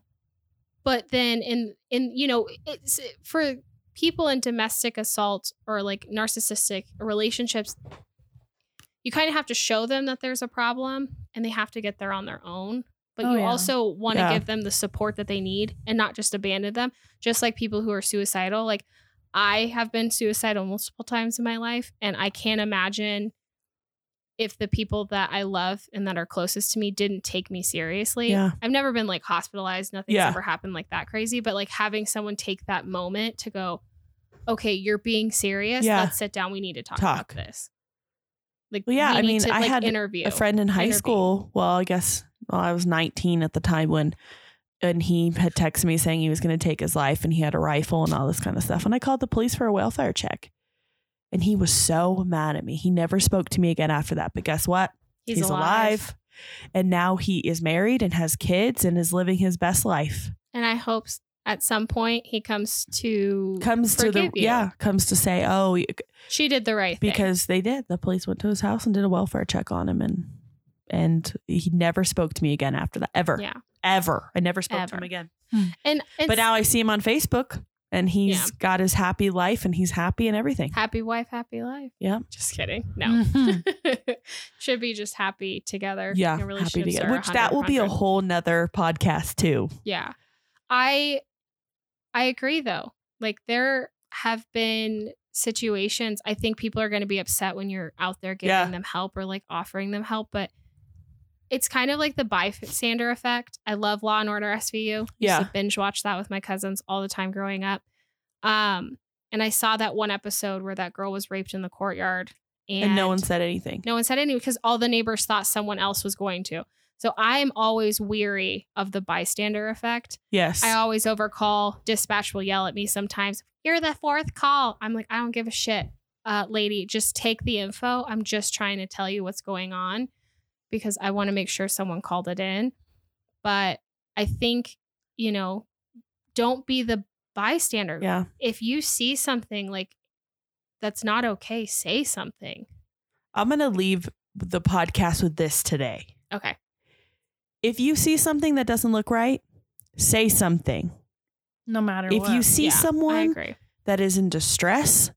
Speaker 2: but then in in you know it's eh, for people in domestic assault or like narcissistic relationships you kind of have to show them that there's a problem and they have to get there on their own but
Speaker 3: Oh,
Speaker 2: you
Speaker 3: yeah.
Speaker 2: also want to
Speaker 1: Yeah.
Speaker 2: give them the support that they need and not just abandon them just like people who are suicidal like i have been suicidal multiple times in my life and i can't imagine if the people that i love and that are closest to me didn't take me seriously
Speaker 1: Yeah.
Speaker 2: I've never been like hospitalized. Nothing's
Speaker 1: Yeah.
Speaker 2: ever happened like that crazy. But like having someone take that moment to go, okay, you're being serious.
Speaker 1: Yeah.
Speaker 2: Let's sit down. We need to talk,
Speaker 1: Talk.
Speaker 2: about this. Like,
Speaker 1: Well, yeah,
Speaker 2: we
Speaker 1: I
Speaker 2: need
Speaker 1: mean,
Speaker 2: to,
Speaker 1: I
Speaker 2: like,
Speaker 1: had
Speaker 2: interview
Speaker 1: a friend in high
Speaker 2: intervene.
Speaker 1: school. Well, I guess well, I was 19 at the time when, and he had texted me saying he was going to take his life and he had a rifle and all this kind of stuff. And I called the police for a welfare check. And he was so mad at me. He never spoke to me again after that. But guess what?
Speaker 2: He's, alive.
Speaker 1: And now he is married and has kids and is living his best life.
Speaker 2: and I hope s- at some point he comes to.
Speaker 1: Comes to the
Speaker 2: Forgive you.
Speaker 1: yeah, comes to say, "Oh, you-
Speaker 2: she did the right thing
Speaker 1: because they did. The police went to his house and did a welfare check on him and and he never spoke to me again after that ever.
Speaker 2: yeah,
Speaker 1: ever. I never spoke to him
Speaker 2: Ever.
Speaker 1: again.
Speaker 2: and it's
Speaker 1: But now I see him on Facebook and he's
Speaker 2: Yeah.
Speaker 1: got his happy life and he's happy and everything.
Speaker 2: happy wife, happy life.
Speaker 1: Yeah. Mm.
Speaker 2: just kidding. No,
Speaker 3: Mhm.
Speaker 2: should be just happy together.
Speaker 1: Yeah,
Speaker 2: Your
Speaker 1: happy to
Speaker 2: relationships
Speaker 1: get
Speaker 2: are
Speaker 1: which that will be a
Speaker 2: 100.
Speaker 1: whole nother podcast too.
Speaker 2: Yeah. I I agree though. Like there have been situations I think people are going to be upset when you're out there giving
Speaker 1: Yeah.
Speaker 2: them help or like offering them help, but it's kind of like the bystander effect. I love Law and Order SVU. Used
Speaker 1: Yeah.
Speaker 2: to binge watch that with my cousins all the time growing up. Um and I saw that one episode where that girl was raped in the courtyard and,
Speaker 1: And, no one said anything.
Speaker 2: no one said anything because all the neighbors thought someone else was going to. So I'm always weary of the bystander effect.
Speaker 1: Yes.
Speaker 2: I always overcall. Dispatch will yell at me sometimes. You're the fourth call. I'm like, I don't give a shit, uh, lady. Just take the info. I'm just trying to tell you what's going on because I want to make sure someone called it in. But I think you know, don't be the bystander
Speaker 1: yeah.
Speaker 2: if you see something like that's not okay. Say something.
Speaker 1: I'm going to leave the podcast with this today.
Speaker 2: Okay.
Speaker 1: If you see something that doesn't look right, say something.
Speaker 3: No matter
Speaker 1: If
Speaker 3: what.
Speaker 1: you see
Speaker 2: Yeah, I I
Speaker 1: someone
Speaker 2: agree.
Speaker 1: that is in distress,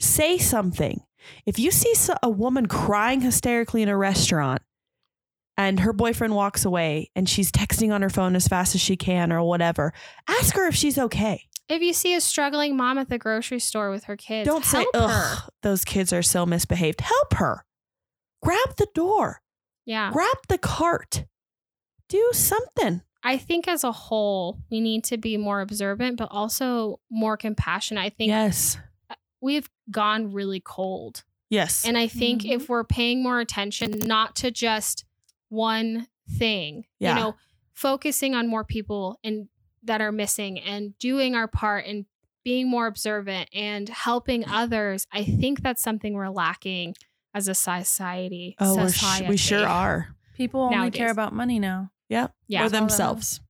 Speaker 1: say something. If you see so- a woman crying hysterically in a restaurant, and her boyfriend walks away and she's texting on her phone as fast as she can or whatever, ask her if she's okay.
Speaker 2: If you see a struggling mom at the grocery store with her kids,
Speaker 1: Don't say,
Speaker 2: help her.
Speaker 1: ugh, those kids are so misbehaved. Help her. Grab the door,
Speaker 2: Yeah.
Speaker 1: grab the cart, do something.
Speaker 2: I think as a whole, we need to be more observant, but also more compassionate. I think
Speaker 1: Yes.
Speaker 2: we've gone really cold.
Speaker 1: Yes.
Speaker 2: And I think
Speaker 3: Mhm.
Speaker 1: Mm-hmm.
Speaker 2: if we're paying more attention, not to just one thing,
Speaker 1: Yeah.
Speaker 2: you know, focusing on more people and that are missing and doing our part and being more observant and
Speaker 1: Mm.
Speaker 2: helping others, I think that's something we're lacking as a society.
Speaker 1: oh, we're sh- we sure
Speaker 2: society.
Speaker 1: are.
Speaker 3: People only care
Speaker 2: Nowadays.
Speaker 3: about money now.
Speaker 1: Yep.
Speaker 2: Yeah.
Speaker 1: Or themselves.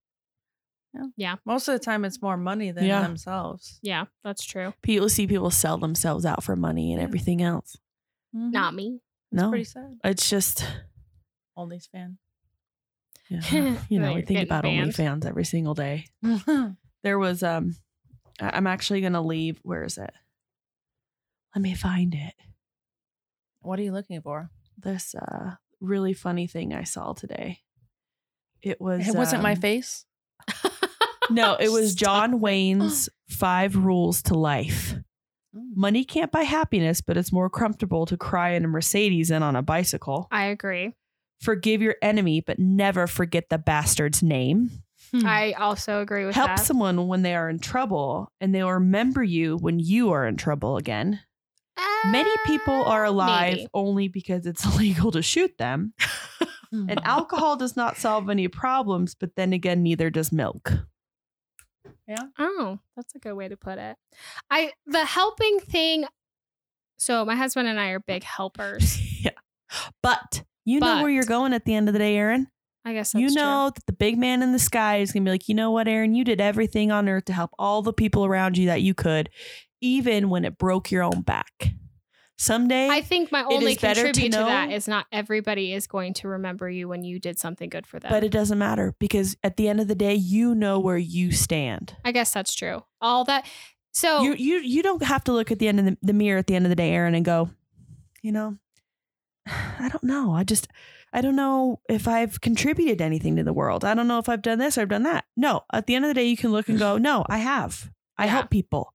Speaker 3: Most of the time, it's more money than
Speaker 1: Yeah.
Speaker 3: themselves.
Speaker 2: Yeah, that's true.
Speaker 1: People see people sell themselves out for money and
Speaker 3: Yeah.
Speaker 1: everything else.
Speaker 3: Mhm.
Speaker 2: Not me.
Speaker 1: No.
Speaker 3: pretty sad.
Speaker 1: it's just,
Speaker 3: Oldies fan.
Speaker 1: yeah, you
Speaker 2: Now
Speaker 1: know, we
Speaker 2: you're
Speaker 1: think
Speaker 2: getting
Speaker 1: about
Speaker 2: banned.
Speaker 1: OnlyFans every single day. there was um I- i'm actually gonna leave where is it let me find it
Speaker 3: what are you looking for?
Speaker 1: this uh really funny thing i saw today it was
Speaker 3: It wasn't my
Speaker 1: um,
Speaker 3: face.
Speaker 1: no it was
Speaker 2: Stop
Speaker 1: john wayne's five rules to life
Speaker 2: Mm.
Speaker 1: money can't buy happiness but it's more comfortable to cry in a mercedes than on a bicycle
Speaker 2: I agree.
Speaker 1: forgive your enemy but never forget the bastard's name
Speaker 2: I also agree with
Speaker 1: Hmm. help
Speaker 2: that.
Speaker 1: someone when they are in trouble and they'll remember you when you are in trouble again Many people are
Speaker 2: Uh,
Speaker 1: alive
Speaker 2: maybe.
Speaker 1: only because it's illegal to shoot them.
Speaker 3: Hmm.
Speaker 2: Mm.
Speaker 1: And alcohol does not solve any problems, but then again, neither does milk.
Speaker 2: Oh, that's a good way to put it. I the helping thing. So my husband and I are big helpers.
Speaker 1: yeah. But you know where
Speaker 2: But-
Speaker 1: you're going at the end of the day, Aaron.
Speaker 2: I guess that's
Speaker 1: You
Speaker 2: true.
Speaker 1: know that the big man in the sky is going to be like, you know what, Aaron? You did everything on earth to help all the people around you that you could, even when it broke your own back. Someday,
Speaker 2: I think my
Speaker 1: is
Speaker 2: only
Speaker 1: better to
Speaker 2: contribute to, that
Speaker 1: know-
Speaker 2: is not everybody is going to remember you when you did something good for them.
Speaker 1: but it doesn't matter because at the end of the day, you know where you stand.
Speaker 2: I guess that's true. All that. So
Speaker 1: you you you don't have to look at the end of the, the mirror at the end of the day, Aaron, and go, you know, I don't know. I just I don't know if I've contributed anything to the world. I don't know if I've done this or I've done that. No, at the end of the day, you can look and go, no, I have. I
Speaker 2: Yeah.
Speaker 1: help people,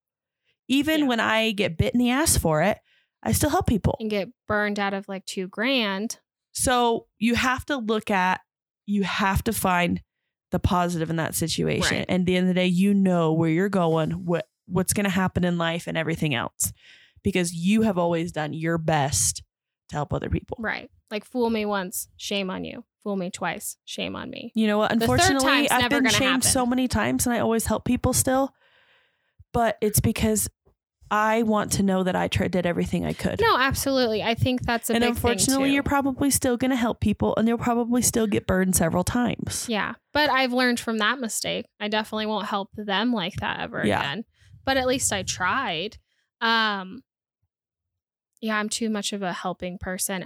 Speaker 1: even
Speaker 2: Yeah.
Speaker 1: when I get bit in the ass for it. I still help people.
Speaker 2: and get burned out of like two grand.
Speaker 1: So you have to look at, you have to find the positive in that situation.
Speaker 2: Right.
Speaker 1: And at the end of the day, you know where you're going, what what's going to happen in life, and everything else, because you have always done your best to help other people.
Speaker 2: Right. Like fool me once, shame on you. Fool me twice, shame on me.
Speaker 1: You know what?
Speaker 2: third
Speaker 1: Unfortunately,
Speaker 2: time's
Speaker 1: I've
Speaker 2: never
Speaker 1: been
Speaker 2: gonna
Speaker 1: shamed
Speaker 2: happen.
Speaker 1: so many times, and I always help people still. But it's because I want to know that I tried, did everything I could.
Speaker 2: No, absolutely. I think that's a
Speaker 1: and
Speaker 2: big
Speaker 1: unfortunately,
Speaker 2: thing too.
Speaker 1: you're probably still going to help people, and you'll probably still get burned several times.
Speaker 2: Yeah. But I've learned from that mistake. I definitely won't help them like that ever
Speaker 1: Yeah.
Speaker 2: again. But at least I tried. Um Yeah, I'm too much of a helping person.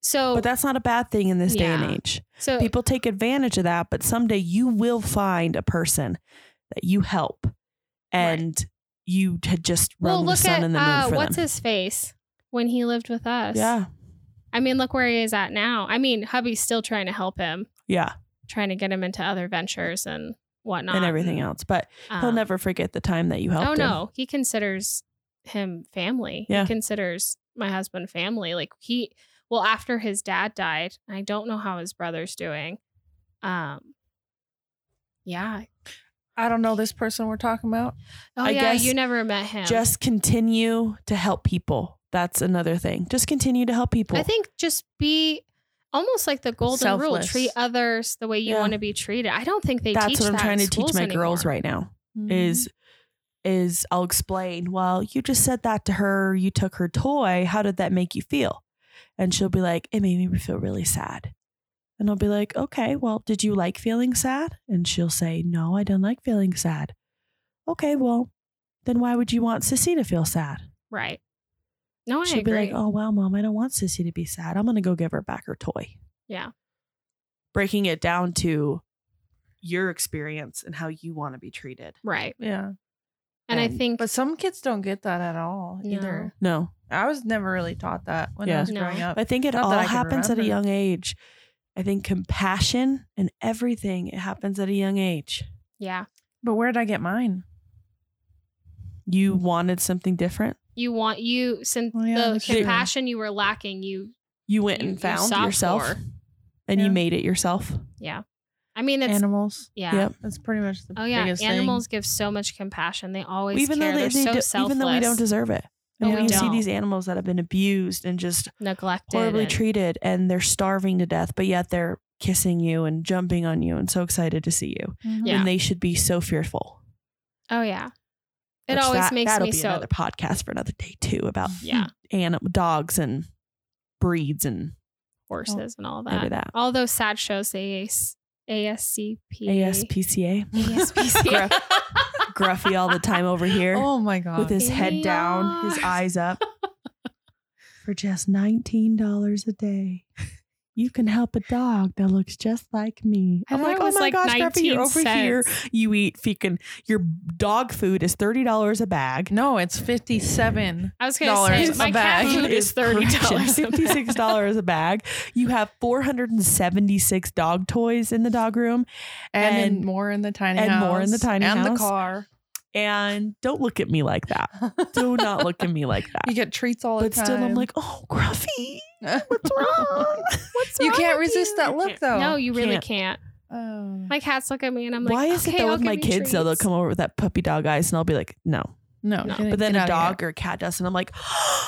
Speaker 2: So
Speaker 1: But that's not a bad thing in this day and
Speaker 2: Oh. Yeah.
Speaker 1: age.
Speaker 2: so
Speaker 1: People take advantage of that, but someday you will find a person that you help and you had just run
Speaker 2: well
Speaker 1: the
Speaker 2: look
Speaker 1: sun
Speaker 2: at
Speaker 1: and the moon
Speaker 2: uh,
Speaker 1: for
Speaker 2: what's
Speaker 1: them.
Speaker 2: his face when he lived with us.
Speaker 1: yeah.
Speaker 2: I mean, look where he is at now. I mean, hubby's still trying to help him,
Speaker 1: Yeah.
Speaker 2: trying to get him into other ventures and whatnot.
Speaker 1: and everything else. But he'll
Speaker 2: Um,
Speaker 1: never forget the time that you helped
Speaker 2: oh
Speaker 1: him.
Speaker 2: no he considers him family
Speaker 1: Yeah.
Speaker 2: he considers my husband family like he well after his dad died i don't know how his brother's doing um yeah
Speaker 3: I don't know this person we're talking about.
Speaker 2: oh
Speaker 1: I
Speaker 2: yeah
Speaker 1: guess
Speaker 2: you never met him
Speaker 1: Just continue to help people. That's another thing. Just continue to help people.
Speaker 2: i think just be almost like the golden rule
Speaker 3: Selfless.
Speaker 2: treat others the way you
Speaker 1: Yeah.
Speaker 2: want to be treated i don't think they teach
Speaker 1: that's what I'm
Speaker 2: that
Speaker 1: trying
Speaker 2: in
Speaker 1: to teach
Speaker 2: schools
Speaker 1: my girls
Speaker 2: anymore.
Speaker 1: right now.
Speaker 2: Mm-hmm.
Speaker 1: Is is I'll explain, well, you just said that to her, you took her toy, how did that make you feel? And she'll be like, it made me feel really sad. And I'll be like, okay, well, did you like feeling sad? And she'll say, no, I don't like feeling sad. Okay, well, then why would you want Sissy to feel sad?
Speaker 2: right no i
Speaker 1: she'll
Speaker 2: agree
Speaker 1: be like, oh, wow, mom, I don't want Sissy to be sad. I'm going to go give her back her toy.
Speaker 2: Yeah.
Speaker 1: Breaking it down to your experience and how you want to be treated.
Speaker 2: right
Speaker 3: Mm-hmm. Yeah.
Speaker 2: and, i
Speaker 1: And-
Speaker 2: think
Speaker 3: But some kids don't get that at all either.
Speaker 1: No,
Speaker 3: I was never really taught that when
Speaker 1: Yeah.
Speaker 3: I was
Speaker 2: No.
Speaker 3: growing up.
Speaker 1: I think it
Speaker 3: Not that
Speaker 1: all
Speaker 3: I can
Speaker 1: happens at a
Speaker 3: remember.
Speaker 1: young age. I think compassion and everything it happens at a young age.
Speaker 2: Yeah.
Speaker 3: But where did I get mine?
Speaker 1: You
Speaker 2: Mm.
Speaker 1: wanted something different.
Speaker 2: You want you since
Speaker 3: Well, yeah,
Speaker 2: the
Speaker 3: that's true.
Speaker 2: compassion you were lacking, you
Speaker 1: You went
Speaker 2: You-
Speaker 1: and
Speaker 2: you
Speaker 1: found
Speaker 2: sought
Speaker 1: yourself,
Speaker 2: for.
Speaker 1: and
Speaker 3: Yeah.
Speaker 1: you made it yourself.
Speaker 2: yeah. I mean that's
Speaker 3: Animals.
Speaker 2: yeah.
Speaker 1: Yep.
Speaker 3: That's pretty much the
Speaker 2: Oh yeah.
Speaker 3: biggest
Speaker 2: Animals give so much compassion. They always
Speaker 1: even
Speaker 2: care.
Speaker 1: though they,
Speaker 2: They're
Speaker 1: they
Speaker 2: so
Speaker 1: do-
Speaker 2: selfless.
Speaker 1: even though we don't deserve it.
Speaker 2: No,
Speaker 1: And
Speaker 2: we
Speaker 1: when you see
Speaker 2: don't.
Speaker 1: these animals that have been abused and just
Speaker 2: neglected.
Speaker 1: horribly
Speaker 2: and-
Speaker 1: treated and they're starving to death, but yet they're kissing you and jumping on you and so excited to see you.
Speaker 3: thing. Mhm.
Speaker 2: Yeah.
Speaker 1: And they should be so fearful.
Speaker 2: Oh yeah. It
Speaker 1: Which
Speaker 2: always
Speaker 1: that-
Speaker 2: makes
Speaker 1: that'll
Speaker 2: me
Speaker 1: be
Speaker 2: so
Speaker 1: another Oh, podcast for another day too about
Speaker 2: yeah,
Speaker 1: anim- dogs and breeds and
Speaker 2: horses and all
Speaker 1: maybe
Speaker 2: that.
Speaker 1: that.
Speaker 2: All those sad shows, the AS, ASCP,
Speaker 1: ASPCA.
Speaker 2: ASPCA.
Speaker 1: Gruff- Gruffy all the time over here
Speaker 3: Oh my god.
Speaker 1: with his head down, his
Speaker 2: Yes.
Speaker 1: eyes up. For just $19 a day, you can help a dog that looks just like me.
Speaker 2: I
Speaker 1: I'm
Speaker 2: thought
Speaker 1: like,
Speaker 2: it
Speaker 1: oh
Speaker 2: was
Speaker 1: my
Speaker 2: like
Speaker 1: gosh, Gruffy, you're
Speaker 2: 19
Speaker 1: over here.
Speaker 2: cents.
Speaker 1: You eat freaking, your dog food is $30 a bag.
Speaker 3: no, it's fifty-seven.
Speaker 2: I was gonna
Speaker 3: dollars
Speaker 2: say
Speaker 3: a
Speaker 2: my cat
Speaker 3: bag.
Speaker 2: food is thirty dollars.
Speaker 1: Fifty-six dollars a bag. You have four hundred and seventy-six dog toys in the dog room,
Speaker 3: And, then
Speaker 1: And-
Speaker 3: more in the tiny
Speaker 1: and
Speaker 3: house.
Speaker 1: more in the tiny
Speaker 3: and
Speaker 1: house.
Speaker 3: the car.
Speaker 1: and don't look at me like that. Do not look at me like
Speaker 3: You
Speaker 1: that.
Speaker 3: get treats all
Speaker 1: But
Speaker 3: the time.
Speaker 1: still, I'm like, oh, Gruffy, what's wrong? What's
Speaker 3: you
Speaker 1: wrong
Speaker 3: can't
Speaker 1: with
Speaker 3: resist
Speaker 1: you?"
Speaker 3: that look though.
Speaker 2: No, you really
Speaker 1: Can't.
Speaker 2: can't.
Speaker 3: Oh.
Speaker 2: My cats look at me and I'm like,
Speaker 1: Why is
Speaker 2: okay,
Speaker 1: it though
Speaker 2: I'll
Speaker 1: with
Speaker 2: give
Speaker 1: my
Speaker 2: you
Speaker 1: kids though they'll
Speaker 2: treats."
Speaker 1: come over with that puppy dog eyes and I'll be like, no.
Speaker 3: no,
Speaker 2: No.
Speaker 3: get-
Speaker 1: But then
Speaker 3: get
Speaker 1: a
Speaker 3: out of
Speaker 1: dog or a cat does, and I'm like,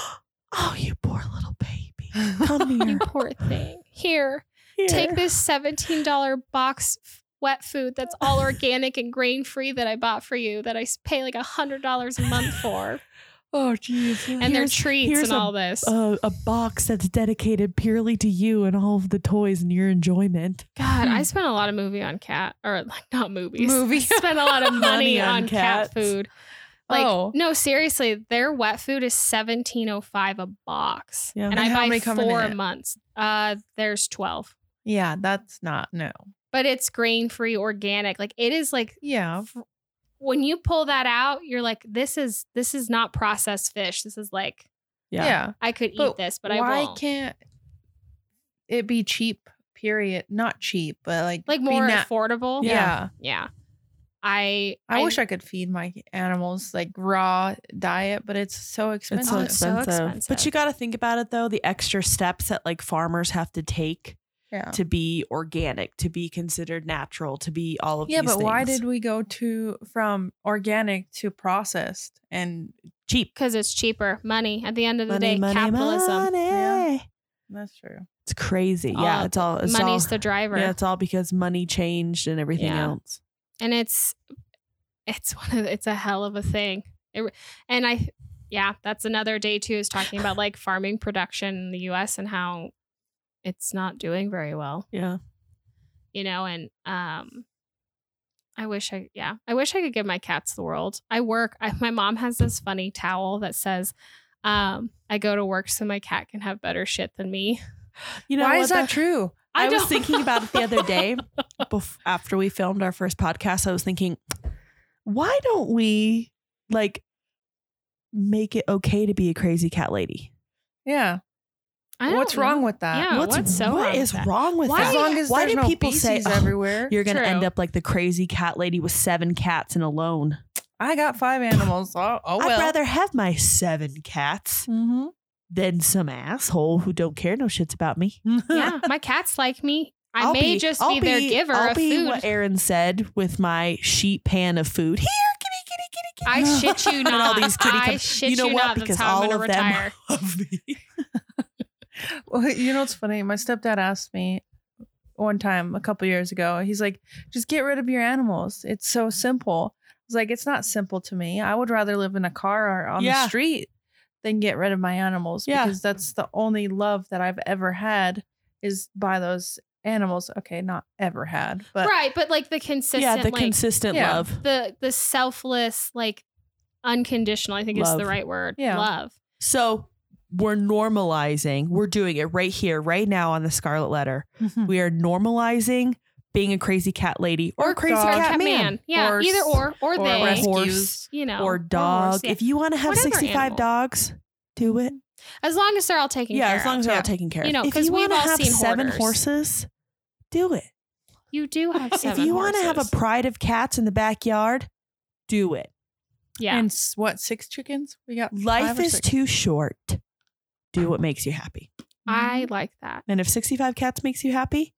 Speaker 1: oh, you poor little baby.
Speaker 3: here.
Speaker 1: Come
Speaker 2: You
Speaker 1: here.
Speaker 2: poor thing. Here,
Speaker 1: here.
Speaker 2: take this seventeen dollar box of wet food that's all organic and grain free that I bought for you that I s- pay like a hundred dollars a month for,
Speaker 3: oh jeez.
Speaker 2: and their
Speaker 1: Here's-
Speaker 2: treats
Speaker 1: here's
Speaker 2: and
Speaker 1: a-
Speaker 2: all this.
Speaker 1: a, a box that's dedicated purely to you and all of the toys and your enjoyment.
Speaker 2: God, I spent a lot of movie on cat or like not movies.
Speaker 3: Movie.
Speaker 2: spent a lot of money,
Speaker 1: Money
Speaker 2: on,
Speaker 1: on cats.
Speaker 2: cat food. Like
Speaker 3: Oh.
Speaker 2: no, seriously, their wet food is seventeen oh five a box,
Speaker 1: Yeah.
Speaker 2: and,
Speaker 1: And
Speaker 2: I
Speaker 3: how
Speaker 2: buy
Speaker 3: many come in
Speaker 2: four
Speaker 3: it?
Speaker 2: months. Uh, there's twelve,
Speaker 3: Yeah, that's not no.
Speaker 2: but it's grain free, organic. Like it is like
Speaker 3: Yeah.
Speaker 2: when you pull that out, you're like, this is this is not processed fish. This is like
Speaker 3: Yeah.
Speaker 2: I could
Speaker 3: But
Speaker 2: eat this, but
Speaker 3: Why
Speaker 2: I won't.
Speaker 3: can't it be cheap? Period. Not cheap, but like
Speaker 2: like
Speaker 3: be
Speaker 2: more
Speaker 3: na-
Speaker 2: affordable.
Speaker 3: Yeah.
Speaker 2: yeah. I
Speaker 3: I, wish I could feed my animals like raw diet, but it's so expensive.
Speaker 2: so it's so expensive.
Speaker 1: But you got to think about it though, the extra steps that like farmers have to take
Speaker 3: yeah.
Speaker 1: to be organic, to be considered natural, to be all of
Speaker 3: Yeah,
Speaker 1: these
Speaker 3: but why
Speaker 1: things.
Speaker 3: did we go to from organic to processed and
Speaker 1: cheap
Speaker 2: because it's cheaper money at the end of the
Speaker 1: money,
Speaker 2: day.
Speaker 1: money,
Speaker 2: capitalism.
Speaker 1: money.
Speaker 3: Yeah. that's true.
Speaker 1: It's crazy.
Speaker 2: It's all-
Speaker 1: yeah, it's all it's
Speaker 2: money's
Speaker 1: all,
Speaker 2: the driver
Speaker 1: Yeah, it's all because money changed and everything
Speaker 2: Yeah.
Speaker 1: else.
Speaker 2: and it's it's one of the- it's a hell of a thing it, and i yeah that's another day too is talking about like farming production in the us and how it's not doing very well
Speaker 1: Yeah.
Speaker 2: you know and um i wish i yeah i wish i could give my cats the world i work I, my mom has this funny towel that says um i go to work so my cat can have better shit than me
Speaker 1: You know
Speaker 3: why
Speaker 1: what
Speaker 3: is that
Speaker 1: the-
Speaker 3: true?
Speaker 1: I, was
Speaker 2: don't-
Speaker 1: thinking about it the other day bef- after we filmed our first podcast. I was thinking, why don't we like make it okay to be a crazy cat lady?
Speaker 3: Yeah.
Speaker 2: I don't
Speaker 3: What's
Speaker 2: know.
Speaker 3: wrong with that?
Speaker 2: Yeah, what's so
Speaker 1: what
Speaker 2: wrong
Speaker 1: is
Speaker 2: with that?
Speaker 1: Oh, wrong with
Speaker 2: Why-
Speaker 3: As
Speaker 1: that?
Speaker 3: long as
Speaker 1: Why
Speaker 3: there's
Speaker 1: do
Speaker 3: no
Speaker 1: people say,
Speaker 3: feces
Speaker 1: "Oh,
Speaker 3: everywhere.
Speaker 1: You're gonna
Speaker 2: True.
Speaker 1: end up like the crazy cat lady with seven cats and alone.
Speaker 3: I got five animals. Oh, oh well.
Speaker 1: I'd rather have my seven cats
Speaker 3: hmm
Speaker 1: than some asshole who don't care no shits about me.
Speaker 2: yeah my cats like me i
Speaker 1: I'll
Speaker 2: may just
Speaker 1: I'll
Speaker 2: be, their giver
Speaker 1: I'll
Speaker 2: of
Speaker 1: be
Speaker 2: food
Speaker 1: what Aaron said with my sheet pan of food. Here, kitty, kitty, kitty, kitty.
Speaker 2: I shit you
Speaker 1: And all
Speaker 2: not.
Speaker 1: these kitty
Speaker 2: I
Speaker 1: cats.
Speaker 2: shit you not. That's how I'm gonna retire.
Speaker 1: love me.
Speaker 3: Well, you know what's funny? My stepdad asked me one time a couple years ago. He's like, "Just get rid of your animals. It's so simple." I was like, "It's not simple to me. I would rather live in a car or on
Speaker 1: Yeah.
Speaker 3: the street than get rid of my animals
Speaker 1: Yeah.
Speaker 3: because that's the only love that I've ever had is by those animals. Okay, not ever had, but
Speaker 2: right, but like the consistent,
Speaker 1: yeah, the
Speaker 2: like
Speaker 1: consistent
Speaker 3: Yeah.
Speaker 1: love.
Speaker 2: the the selfless, like unconditional. I think is the
Speaker 1: Love.
Speaker 2: right word.
Speaker 3: Yeah.
Speaker 2: Love.
Speaker 1: So we're normalizing. We're doing it right here, right now on the Scarlet Letter.
Speaker 3: Mm.
Speaker 1: We are normalizing being a crazy cat lady or, a crazy
Speaker 3: dog.
Speaker 2: Or
Speaker 1: cat,
Speaker 2: cat
Speaker 1: man.
Speaker 2: Yeah,
Speaker 3: Horse.
Speaker 2: either or or,
Speaker 3: or
Speaker 2: they.
Speaker 1: rescue.
Speaker 3: rescues.
Speaker 2: You know,
Speaker 1: or dog.
Speaker 2: horse, yeah.
Speaker 1: If you want to have
Speaker 2: Whatever
Speaker 1: 65
Speaker 2: animal.
Speaker 1: dogs, do it.
Speaker 2: as long as they're all taken
Speaker 1: yeah,
Speaker 2: care
Speaker 1: as long
Speaker 2: of.
Speaker 1: as they're
Speaker 3: Yeah.
Speaker 1: all taken care of.
Speaker 2: You know,
Speaker 1: if
Speaker 2: 'cause
Speaker 1: you
Speaker 2: we've
Speaker 1: wanna
Speaker 2: all
Speaker 1: have
Speaker 2: seen
Speaker 1: seven
Speaker 2: hoarders.
Speaker 1: horses, do it.
Speaker 2: You do have
Speaker 1: If
Speaker 2: seven
Speaker 1: you want to have a
Speaker 2: horses.
Speaker 1: pride of cats in the backyard, do it.
Speaker 2: yeah.
Speaker 3: And s- what, six chickens? We got
Speaker 1: Life
Speaker 3: five or
Speaker 1: is
Speaker 3: six.
Speaker 1: too short. Do what makes you happy.
Speaker 2: I
Speaker 1: mm-hmm.
Speaker 2: like that.
Speaker 1: And if 65 cats makes you happy,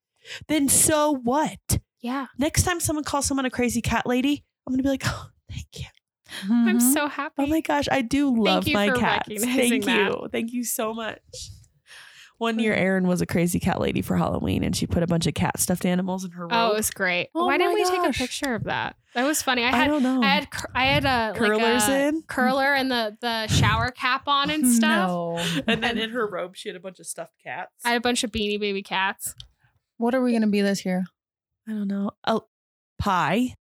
Speaker 1: then so what?
Speaker 2: Yeah.
Speaker 1: Next time someone calls someone a crazy cat lady, I'm going to be like, oh, thank you.
Speaker 2: I'm
Speaker 3: Mhm.
Speaker 2: so happy.
Speaker 1: Oh my gosh, I do love
Speaker 2: you
Speaker 1: my
Speaker 2: for
Speaker 1: cats.
Speaker 2: recognizing
Speaker 1: Thank
Speaker 2: that. Hmm.
Speaker 1: you. Thank you so much. One year, Erin was a crazy cat lady for Halloween, and she put a bunch of cat stuffed animals in her room.
Speaker 2: oh, it was great.
Speaker 1: Oh
Speaker 2: Why
Speaker 1: my
Speaker 2: didn't we take a
Speaker 1: gosh.
Speaker 2: picture of that? That was funny. I
Speaker 1: I
Speaker 2: had
Speaker 1: don't know.
Speaker 2: I had cur- I had a
Speaker 1: Curlers
Speaker 2: like a
Speaker 1: in?
Speaker 2: curler and the the shower cap on and stuff.
Speaker 3: No.
Speaker 1: and then in her robe, she had a bunch of stuffed cats.
Speaker 2: I had a bunch of beanie baby cats.
Speaker 3: What are we gonna be this year?
Speaker 1: I don't know. Oh, Pie.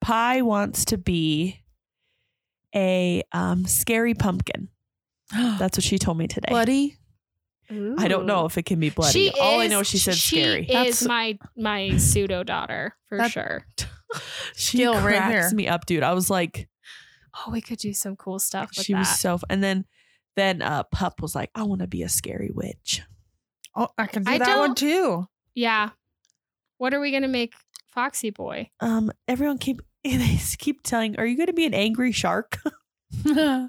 Speaker 1: Pie wants to be a um, scary pumpkin. That's what she told me today.
Speaker 3: bloody.
Speaker 1: I don't know if it can be bloody.
Speaker 2: She
Speaker 1: All I
Speaker 2: is-
Speaker 1: know, she said
Speaker 2: she
Speaker 1: scary.
Speaker 2: Is
Speaker 3: That's-
Speaker 2: my my pseudo daughter for
Speaker 3: That-
Speaker 2: sure.
Speaker 1: She
Speaker 3: skill right
Speaker 1: cracks
Speaker 3: here.
Speaker 1: me up, dude. I was like,
Speaker 2: Oh, we could do some cool stuff with
Speaker 1: she
Speaker 2: that.
Speaker 1: was so. F- and then, then uh, Pup was like, I want to be a scary witch.
Speaker 3: Oh, I can do
Speaker 2: I
Speaker 3: that one
Speaker 2: don't-
Speaker 3: too.
Speaker 2: yeah. What are we gonna make Foxy Boy?
Speaker 1: Um, everyone keep they keep telling, are you going to be an angry shark?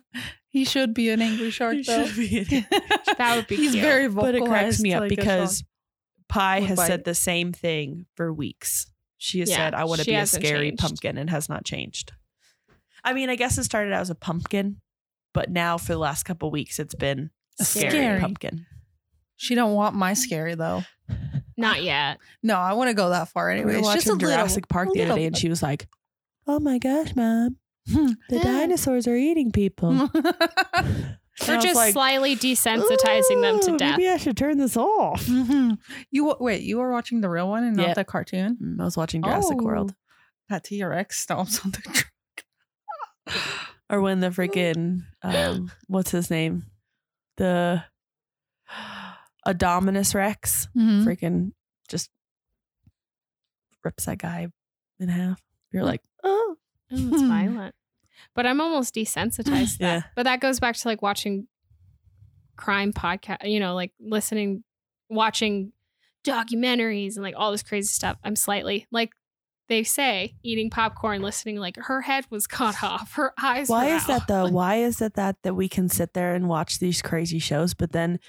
Speaker 3: he should be an angry shark
Speaker 1: You
Speaker 3: though.
Speaker 1: should be an-
Speaker 2: That would be
Speaker 3: He's
Speaker 2: cute.
Speaker 3: very vocal.
Speaker 1: but it cracks me up
Speaker 3: like a
Speaker 1: because Pi
Speaker 3: Would
Speaker 1: has
Speaker 3: bite.
Speaker 1: said the same thing for weeks. She has
Speaker 2: Yeah,
Speaker 1: said, "I want to
Speaker 2: she
Speaker 1: be a
Speaker 2: hasn't
Speaker 1: scary
Speaker 2: changed.
Speaker 1: pumpkin," and has not changed. I mean, I guess it started out as a pumpkin, but now for the last couple weeks, it's been
Speaker 3: A
Speaker 1: scary,
Speaker 3: scary.
Speaker 1: pumpkin.
Speaker 3: she don't want my scary though.
Speaker 2: Not yet.
Speaker 3: No, I want to go that far
Speaker 1: We
Speaker 3: anyway.
Speaker 1: were
Speaker 3: It's just a
Speaker 1: watching
Speaker 3: little-
Speaker 1: Jurassic Park
Speaker 3: a
Speaker 1: the other
Speaker 3: little-
Speaker 1: day, and she was like, "Oh my gosh, mom, the
Speaker 2: Yeah.
Speaker 1: dinosaurs are eating people." And I
Speaker 2: We're
Speaker 1: was
Speaker 2: just
Speaker 1: like,
Speaker 2: slightly desensitizing them to
Speaker 1: "Ooh,
Speaker 2: death.
Speaker 1: Maybe I should turn this off.
Speaker 3: Mhm. you wa- wait. You were watching the real one and
Speaker 1: Yeah.
Speaker 3: not the cartoon.
Speaker 1: Mm, I was watching Jurassic World,
Speaker 3: Oh. That T Rex stomps on the truck.
Speaker 1: or when the freaking um, what's his name, the Adominus Rex.
Speaker 3: Mm-hmm.
Speaker 1: freaking just rips that guy in half. You're like, oh,
Speaker 2: Oh, it's violent. But I'm almost desensitized to that.
Speaker 1: Yeah.
Speaker 2: But that goes back to like watching crime podcast, you know, like listening, watching documentaries and like all this crazy stuff. I'm slightly like they say, eating popcorn, listening, like her head was cut off, her eyes.
Speaker 1: why
Speaker 2: were
Speaker 1: is that
Speaker 2: out.
Speaker 1: though?
Speaker 2: Like,
Speaker 1: Why is it that that we can sit there and watch these crazy shows, but then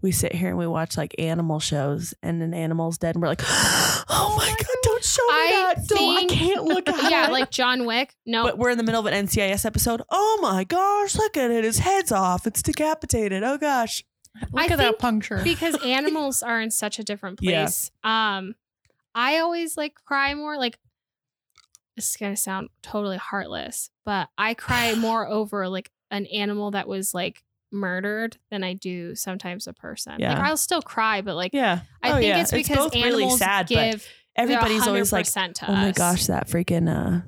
Speaker 1: we sit here and we watch like animal shows, and an animal's dead, and we're like, oh my god, don't show me
Speaker 2: I
Speaker 1: that! Don't,
Speaker 2: think-
Speaker 1: I can't look at
Speaker 2: yeah,
Speaker 1: it.
Speaker 2: like John Wick. No,
Speaker 1: But we're in the middle of an NCIS episode. Oh my gosh, look at it. His head's off. It's decapitated. Oh gosh.
Speaker 3: Look
Speaker 2: I
Speaker 3: at that
Speaker 2: think
Speaker 3: puncture.
Speaker 2: because animals are in such a different
Speaker 1: Yeah.
Speaker 2: place. Um, I always like cry more. Like this is gonna sound totally heartless, but I cry more over like an animal that was like murdered than I do sometimes a person.
Speaker 1: Yeah.
Speaker 2: Like I'll still cry, but like
Speaker 1: Yeah.
Speaker 2: I
Speaker 1: Oh,
Speaker 2: think
Speaker 1: yeah.
Speaker 2: it's because
Speaker 1: both
Speaker 2: animals
Speaker 1: but
Speaker 2: give
Speaker 1: everybody's always like,
Speaker 2: to
Speaker 1: Oh my
Speaker 2: us.
Speaker 1: gosh, that freaking uh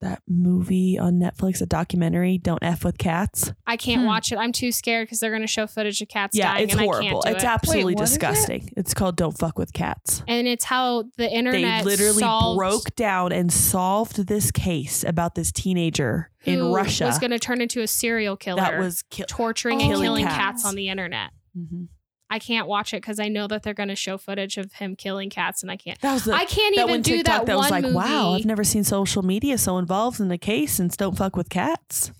Speaker 1: that movie on Netflix, a documentary, Don't F with Cats.
Speaker 2: I can't
Speaker 3: Hmm.
Speaker 2: watch it. I'm too scared because they're gonna show footage of cats
Speaker 1: yeah,
Speaker 2: dying
Speaker 1: it's
Speaker 2: and I
Speaker 1: horrible.
Speaker 2: can't do
Speaker 1: It's
Speaker 2: it.
Speaker 1: absolutely
Speaker 3: what is it?
Speaker 1: disgusting. It's called Don't Fuck with Cats.
Speaker 2: and it's how the internet
Speaker 1: they literally
Speaker 2: solved
Speaker 1: broke down and solved this case about this teenager in
Speaker 2: who
Speaker 1: Russia
Speaker 2: was gonna turn into a serial killer.
Speaker 1: that was killed.
Speaker 2: torturing and
Speaker 1: Killing
Speaker 2: killing
Speaker 1: cats.
Speaker 2: cats. on the internet.
Speaker 1: Mhm.
Speaker 2: I can't watch it because I know that they're going to show footage of him killing cats, and I can't.
Speaker 1: That was the,
Speaker 2: I can't
Speaker 1: that
Speaker 2: even
Speaker 1: one
Speaker 2: do
Speaker 1: TikTok
Speaker 2: that,
Speaker 1: that was
Speaker 2: one
Speaker 1: like,
Speaker 2: movie.
Speaker 1: wow, I've never seen social media so involved in the case since Don't Fuck with Cats.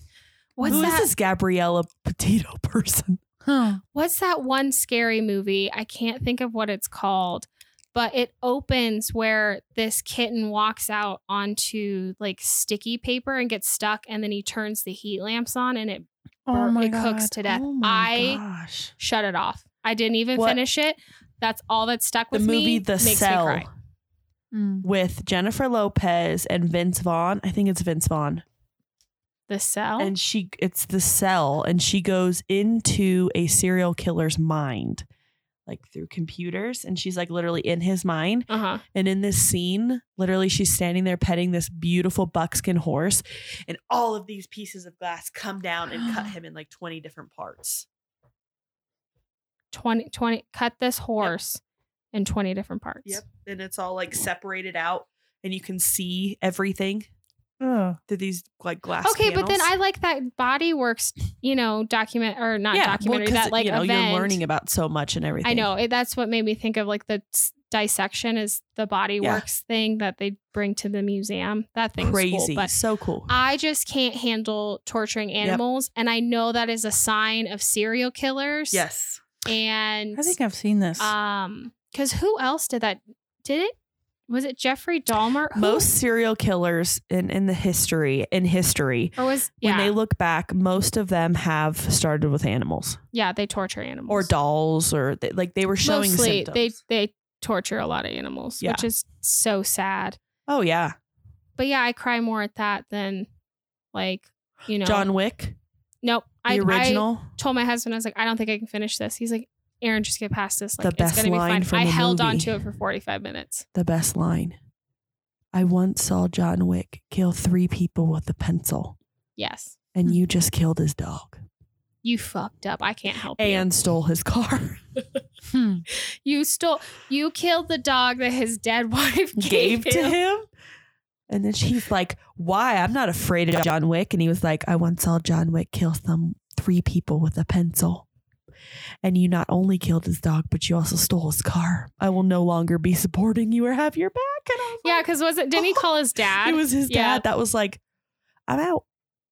Speaker 2: what's
Speaker 1: Who is
Speaker 2: that?
Speaker 1: this Gabriella Petito person?
Speaker 3: Huh.
Speaker 2: What's that one scary movie? I can't think of what it's called, but it opens where this kitten walks out onto like sticky paper and gets stuck, and then he turns the heat lamps on, and it
Speaker 3: Oh my
Speaker 2: it cooks
Speaker 3: God.
Speaker 2: to death.
Speaker 1: Oh
Speaker 2: I
Speaker 1: my gosh.
Speaker 2: shut it off. I didn't even
Speaker 1: What-
Speaker 2: finish it. That's all that stuck
Speaker 1: The
Speaker 2: with
Speaker 1: movie
Speaker 2: me.
Speaker 1: The
Speaker 2: Makes
Speaker 1: Cell.
Speaker 2: Me cry.
Speaker 3: Mm.
Speaker 1: with Jennifer Lopez and Vince Vaughn. I think it's Vince Vaughn.
Speaker 2: The Cell.
Speaker 1: And she it's the cell and she goes into a serial killer's mind like through computers and she's like literally in his mind
Speaker 2: uh huh.
Speaker 1: and in this scene literally she's standing there petting this beautiful buckskin horse and all of these pieces of glass come down and cut him in like 20 different parts
Speaker 2: 20, 20 cut this horse in 20 different parts.
Speaker 1: and it's all like separated out and you can see everything
Speaker 3: Ugh.
Speaker 1: through these like glass
Speaker 2: Okay, but then
Speaker 1: panels.
Speaker 2: I like that Body Works, you know, document or not
Speaker 1: well,
Speaker 2: documentary
Speaker 1: 'cause,
Speaker 2: that like
Speaker 1: you know
Speaker 2: event.
Speaker 1: you're learning about so much and everything.
Speaker 2: I know it, that's what made me think of like the s- dissection is the body
Speaker 1: Yeah.
Speaker 2: works thing that they bring to the museum. That thing's
Speaker 1: Crazy.
Speaker 2: cool, but
Speaker 1: so cool.
Speaker 2: I just can't handle torturing animals, and I know that is a sign of serial killers.
Speaker 1: yes.
Speaker 2: and
Speaker 3: I think I've seen this.
Speaker 2: um, because who else did that? Did it? Was it Jeffrey Dahmer? Who-
Speaker 1: Most serial killers in, in the history, in history,
Speaker 2: or was yeah,
Speaker 1: when they look back, most of them have started with animals
Speaker 2: yeah, they torture animals
Speaker 1: or dolls or they, like they were showing
Speaker 2: Mostly,
Speaker 1: symptoms.
Speaker 2: they they torture a lot of animals,
Speaker 1: Yeah.
Speaker 2: which is so sad.
Speaker 1: oh yeah.
Speaker 2: But yeah, I cry more at that than like you know
Speaker 1: John Wick,
Speaker 2: Nope.
Speaker 1: the
Speaker 2: I, I
Speaker 1: original.
Speaker 2: told my husband I was like, I don't think I can finish this. He's like, Aaron, just get past this. Like
Speaker 1: The
Speaker 2: it's
Speaker 1: best
Speaker 2: gonna be
Speaker 1: line
Speaker 2: fine.
Speaker 1: from
Speaker 2: I
Speaker 1: the
Speaker 2: held on
Speaker 1: movie.
Speaker 2: to it for forty five minutes.
Speaker 1: the best line. I once saw John Wick kill three people with a pencil,
Speaker 2: Yes.
Speaker 1: and you just killed his dog
Speaker 2: You fucked up. I can't help
Speaker 1: and stole his car.
Speaker 3: Hmm.
Speaker 2: you. You stole you killed the dog that his dead wife gave,
Speaker 1: gave to
Speaker 2: him.
Speaker 1: him. And then she's like, "Why? I'm not afraid of John Wick." And he was like, "I once saw John Wick kill some three people with a pencil." And you not only killed his dog, but you also stole his car. I will no longer be supporting you or have your back. And I was
Speaker 2: Yeah,
Speaker 1: like,
Speaker 2: because wasn't didn't he call his dad?
Speaker 1: it was his
Speaker 2: Yeah.
Speaker 1: dad that was like, "I'm out.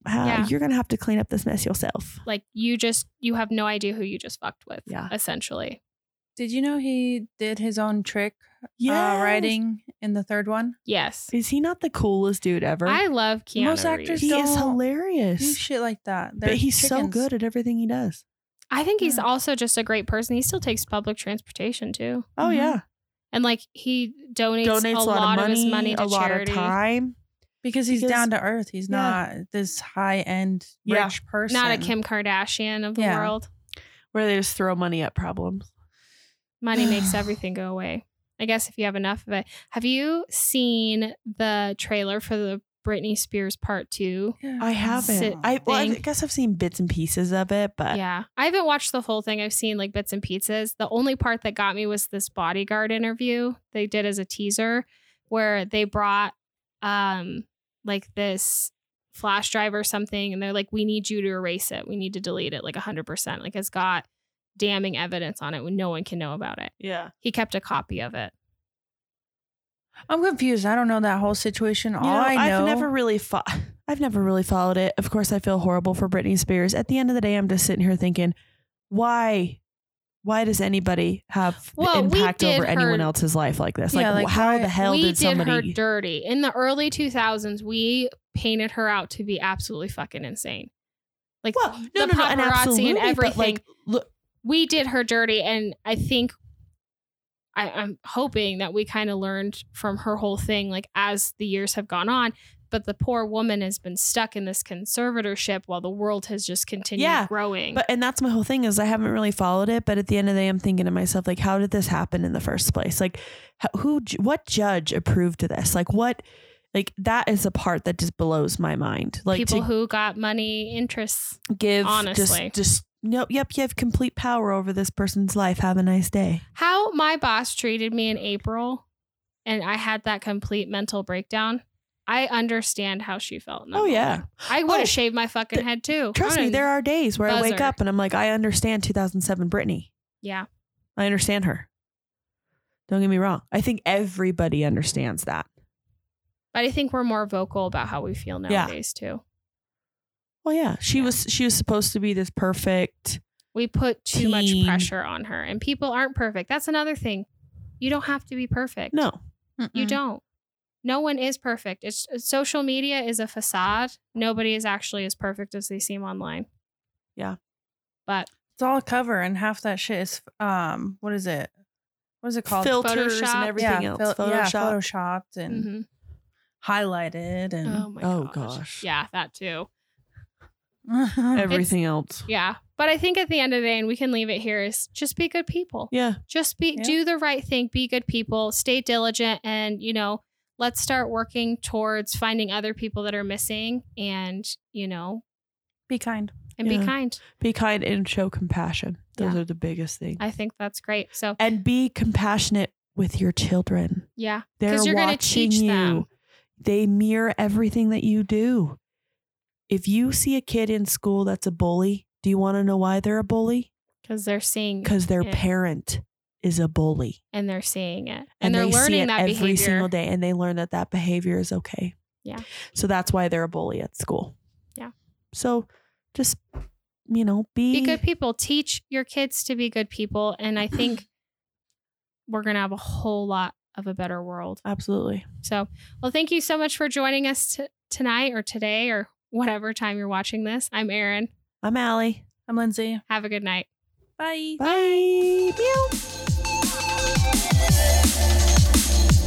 Speaker 1: Uh,
Speaker 2: Yeah.
Speaker 1: You're gonna have to clean up this mess yourself."
Speaker 2: like you just you have no idea who you just fucked with.
Speaker 1: Yeah.
Speaker 2: Essentially.
Speaker 3: Did you know he did his own trick
Speaker 1: Yeah,
Speaker 3: uh, writing in the third one?
Speaker 2: Yes.
Speaker 1: Is he not the coolest dude ever?
Speaker 2: I love Keanu.
Speaker 3: Most actors
Speaker 2: Reeves.
Speaker 1: he is
Speaker 3: don't- Do
Speaker 1: hilarious.
Speaker 3: shit like that.
Speaker 1: But
Speaker 3: They're
Speaker 1: he's so
Speaker 3: chickens.
Speaker 1: good at everything he does.
Speaker 2: I think he's
Speaker 3: Yeah.
Speaker 2: also just a great person. He still takes public transportation too.
Speaker 1: Oh
Speaker 3: Mhm.
Speaker 1: yeah,
Speaker 2: And like he donates, a, lot of, his money to
Speaker 1: a lot
Speaker 2: charity.
Speaker 1: of time.
Speaker 3: because he's
Speaker 1: Because-
Speaker 3: down to earth. He's
Speaker 1: Yeah.
Speaker 3: not this high end rich
Speaker 1: Yeah.
Speaker 3: person.
Speaker 2: Not a Kim Kardashian of the
Speaker 3: Yeah.
Speaker 2: world.
Speaker 1: where they just throw money at problems.
Speaker 2: Money makes everything go away. I guess if you have enough of it. Have you seen the trailer for the Britney Spears part two?
Speaker 3: Yeah.
Speaker 1: I haven't.
Speaker 2: Sit
Speaker 1: I, well, I
Speaker 2: thing.
Speaker 1: guess I've seen bits and pieces of it, but
Speaker 2: Yeah. I haven't watched the whole thing. I've seen like bits and pieces. The only part that got me was this bodyguard interview they did as a teaser where they brought um like this flash drive or something and they're like, We need you to erase it. We need to delete it like hundred percent. Like it's got damning evidence on it when no one can know about it.
Speaker 1: yeah,
Speaker 2: He kept a copy of it.
Speaker 3: I'm confused. I don't know that whole situation. All
Speaker 1: You know,
Speaker 3: I know.
Speaker 1: I've never really fo- I've never really followed it. Of course, I feel horrible for Britney Spears. At the end of the day, I'm just sitting here thinking, why, why does anybody have the
Speaker 2: Well, we
Speaker 1: impact
Speaker 2: did
Speaker 1: over anyone
Speaker 2: her-
Speaker 1: else's life like this?
Speaker 3: Yeah,
Speaker 1: like,
Speaker 3: like,
Speaker 1: how
Speaker 3: why-
Speaker 1: the hell
Speaker 2: we
Speaker 1: did somebody?
Speaker 2: her dirty. In the early 2000s, we painted her out to be absolutely fucking insane. Like
Speaker 1: well, no, no,
Speaker 2: the
Speaker 1: no, and
Speaker 2: paparazzi and
Speaker 1: absolutely,
Speaker 2: everything.
Speaker 1: But like, look,
Speaker 2: we did her dirty and i think I, i'm hoping that we kind of learned from her whole thing like as the years have gone on but the poor woman has been stuck in this conservatorship while the world has just continued
Speaker 1: Yeah,
Speaker 2: growing
Speaker 1: But and that's my whole thing is I haven't really followed it. But at the end of the day, I'm thinking to myself like, how did this happen in the first place? Like, h- who, ju- what judge approved of this? Like, what, like that is a part that just blows my mind. Like
Speaker 2: people
Speaker 1: to
Speaker 2: who got money interests
Speaker 1: give
Speaker 2: honestly.
Speaker 1: just just no, yep, you have complete power over this person's life. Have a nice day.
Speaker 2: how my boss treated me in april and i had that complete mental breakdown i understand how she felt in that
Speaker 1: Oh yeah,
Speaker 2: moment. i would have
Speaker 1: Oh,
Speaker 2: shaved my fucking
Speaker 1: th-
Speaker 2: head too
Speaker 1: trust me.
Speaker 2: I would've-
Speaker 1: There are days where I wake
Speaker 2: Buzzer.
Speaker 1: up and I'm like, I understand 2007 Britney.
Speaker 2: yeah
Speaker 1: I understand her. Don't get me wrong. I think everybody understands that.
Speaker 2: but i think we're more vocal about how we feel
Speaker 1: Yeah.
Speaker 2: nowadays too
Speaker 1: Well, yeah, she was she was supposed to be this perfect.
Speaker 2: We put too much
Speaker 1: Teen.
Speaker 2: pressure on her, and people aren't perfect. That's another thing. You don't have to be perfect.
Speaker 1: No, Mm-hmm.
Speaker 2: you
Speaker 3: Mm-mm.
Speaker 2: don't. No one is perfect. It's uh, social media is a facade. Nobody is actually as perfect as they seem online.
Speaker 1: Yeah.
Speaker 2: but
Speaker 3: It's all a cover, and half that shit is um. What is it? What is it called?
Speaker 1: filters
Speaker 2: Photoshopped.
Speaker 1: and everything else.
Speaker 3: fil-
Speaker 1: Photoshop.
Speaker 3: yeah, photoshopped and
Speaker 2: mhm.
Speaker 3: highlighted and
Speaker 2: oh my
Speaker 1: Oh,
Speaker 2: gosh.
Speaker 1: gosh.
Speaker 2: yeah, that too. Oh.
Speaker 1: everything else.
Speaker 2: Yeah, but I think at the end of the day, and we can leave it here, is just be good people.
Speaker 1: Yeah.
Speaker 2: just be
Speaker 3: Yeah.
Speaker 2: do the right thing be good people stay diligent and you know let's start working towards finding other people that are missing and you know
Speaker 3: be kind.
Speaker 2: and be
Speaker 1: Yeah.
Speaker 2: kind
Speaker 1: Be kind and show compassion. Those
Speaker 2: Yeah.
Speaker 1: are the biggest things.
Speaker 2: i think that's great so
Speaker 1: and be compassionate with your children.
Speaker 2: yeah
Speaker 1: They're
Speaker 2: 'Cause you're gonna
Speaker 1: watching
Speaker 2: teach
Speaker 1: you.
Speaker 2: them.
Speaker 1: They mirror everything that you do. If you see a kid in school that's a bully, do you want to know why they're a bully?
Speaker 2: because they're seeing
Speaker 1: Because their
Speaker 2: Yeah.
Speaker 1: parent is a bully,
Speaker 2: and they're seeing it
Speaker 1: and,
Speaker 2: and, they're
Speaker 1: they
Speaker 2: learning
Speaker 1: see it
Speaker 2: that
Speaker 1: every
Speaker 2: behavior
Speaker 1: single day, and they learn that that behavior is okay.
Speaker 2: Yeah.
Speaker 1: So that's why they're a bully at school.
Speaker 2: Yeah.
Speaker 1: So just you know be,
Speaker 2: be good people teach your kids to be good people and i think we're gonna have a whole lot of a better world
Speaker 1: Absolutely.
Speaker 2: so well thank you so much for joining us t- tonight or today or whatever time you're watching this i'm erin
Speaker 1: I'm Allie.
Speaker 3: I'm Lindsay.
Speaker 2: have a good night
Speaker 3: Bye.
Speaker 1: Bye. Meow.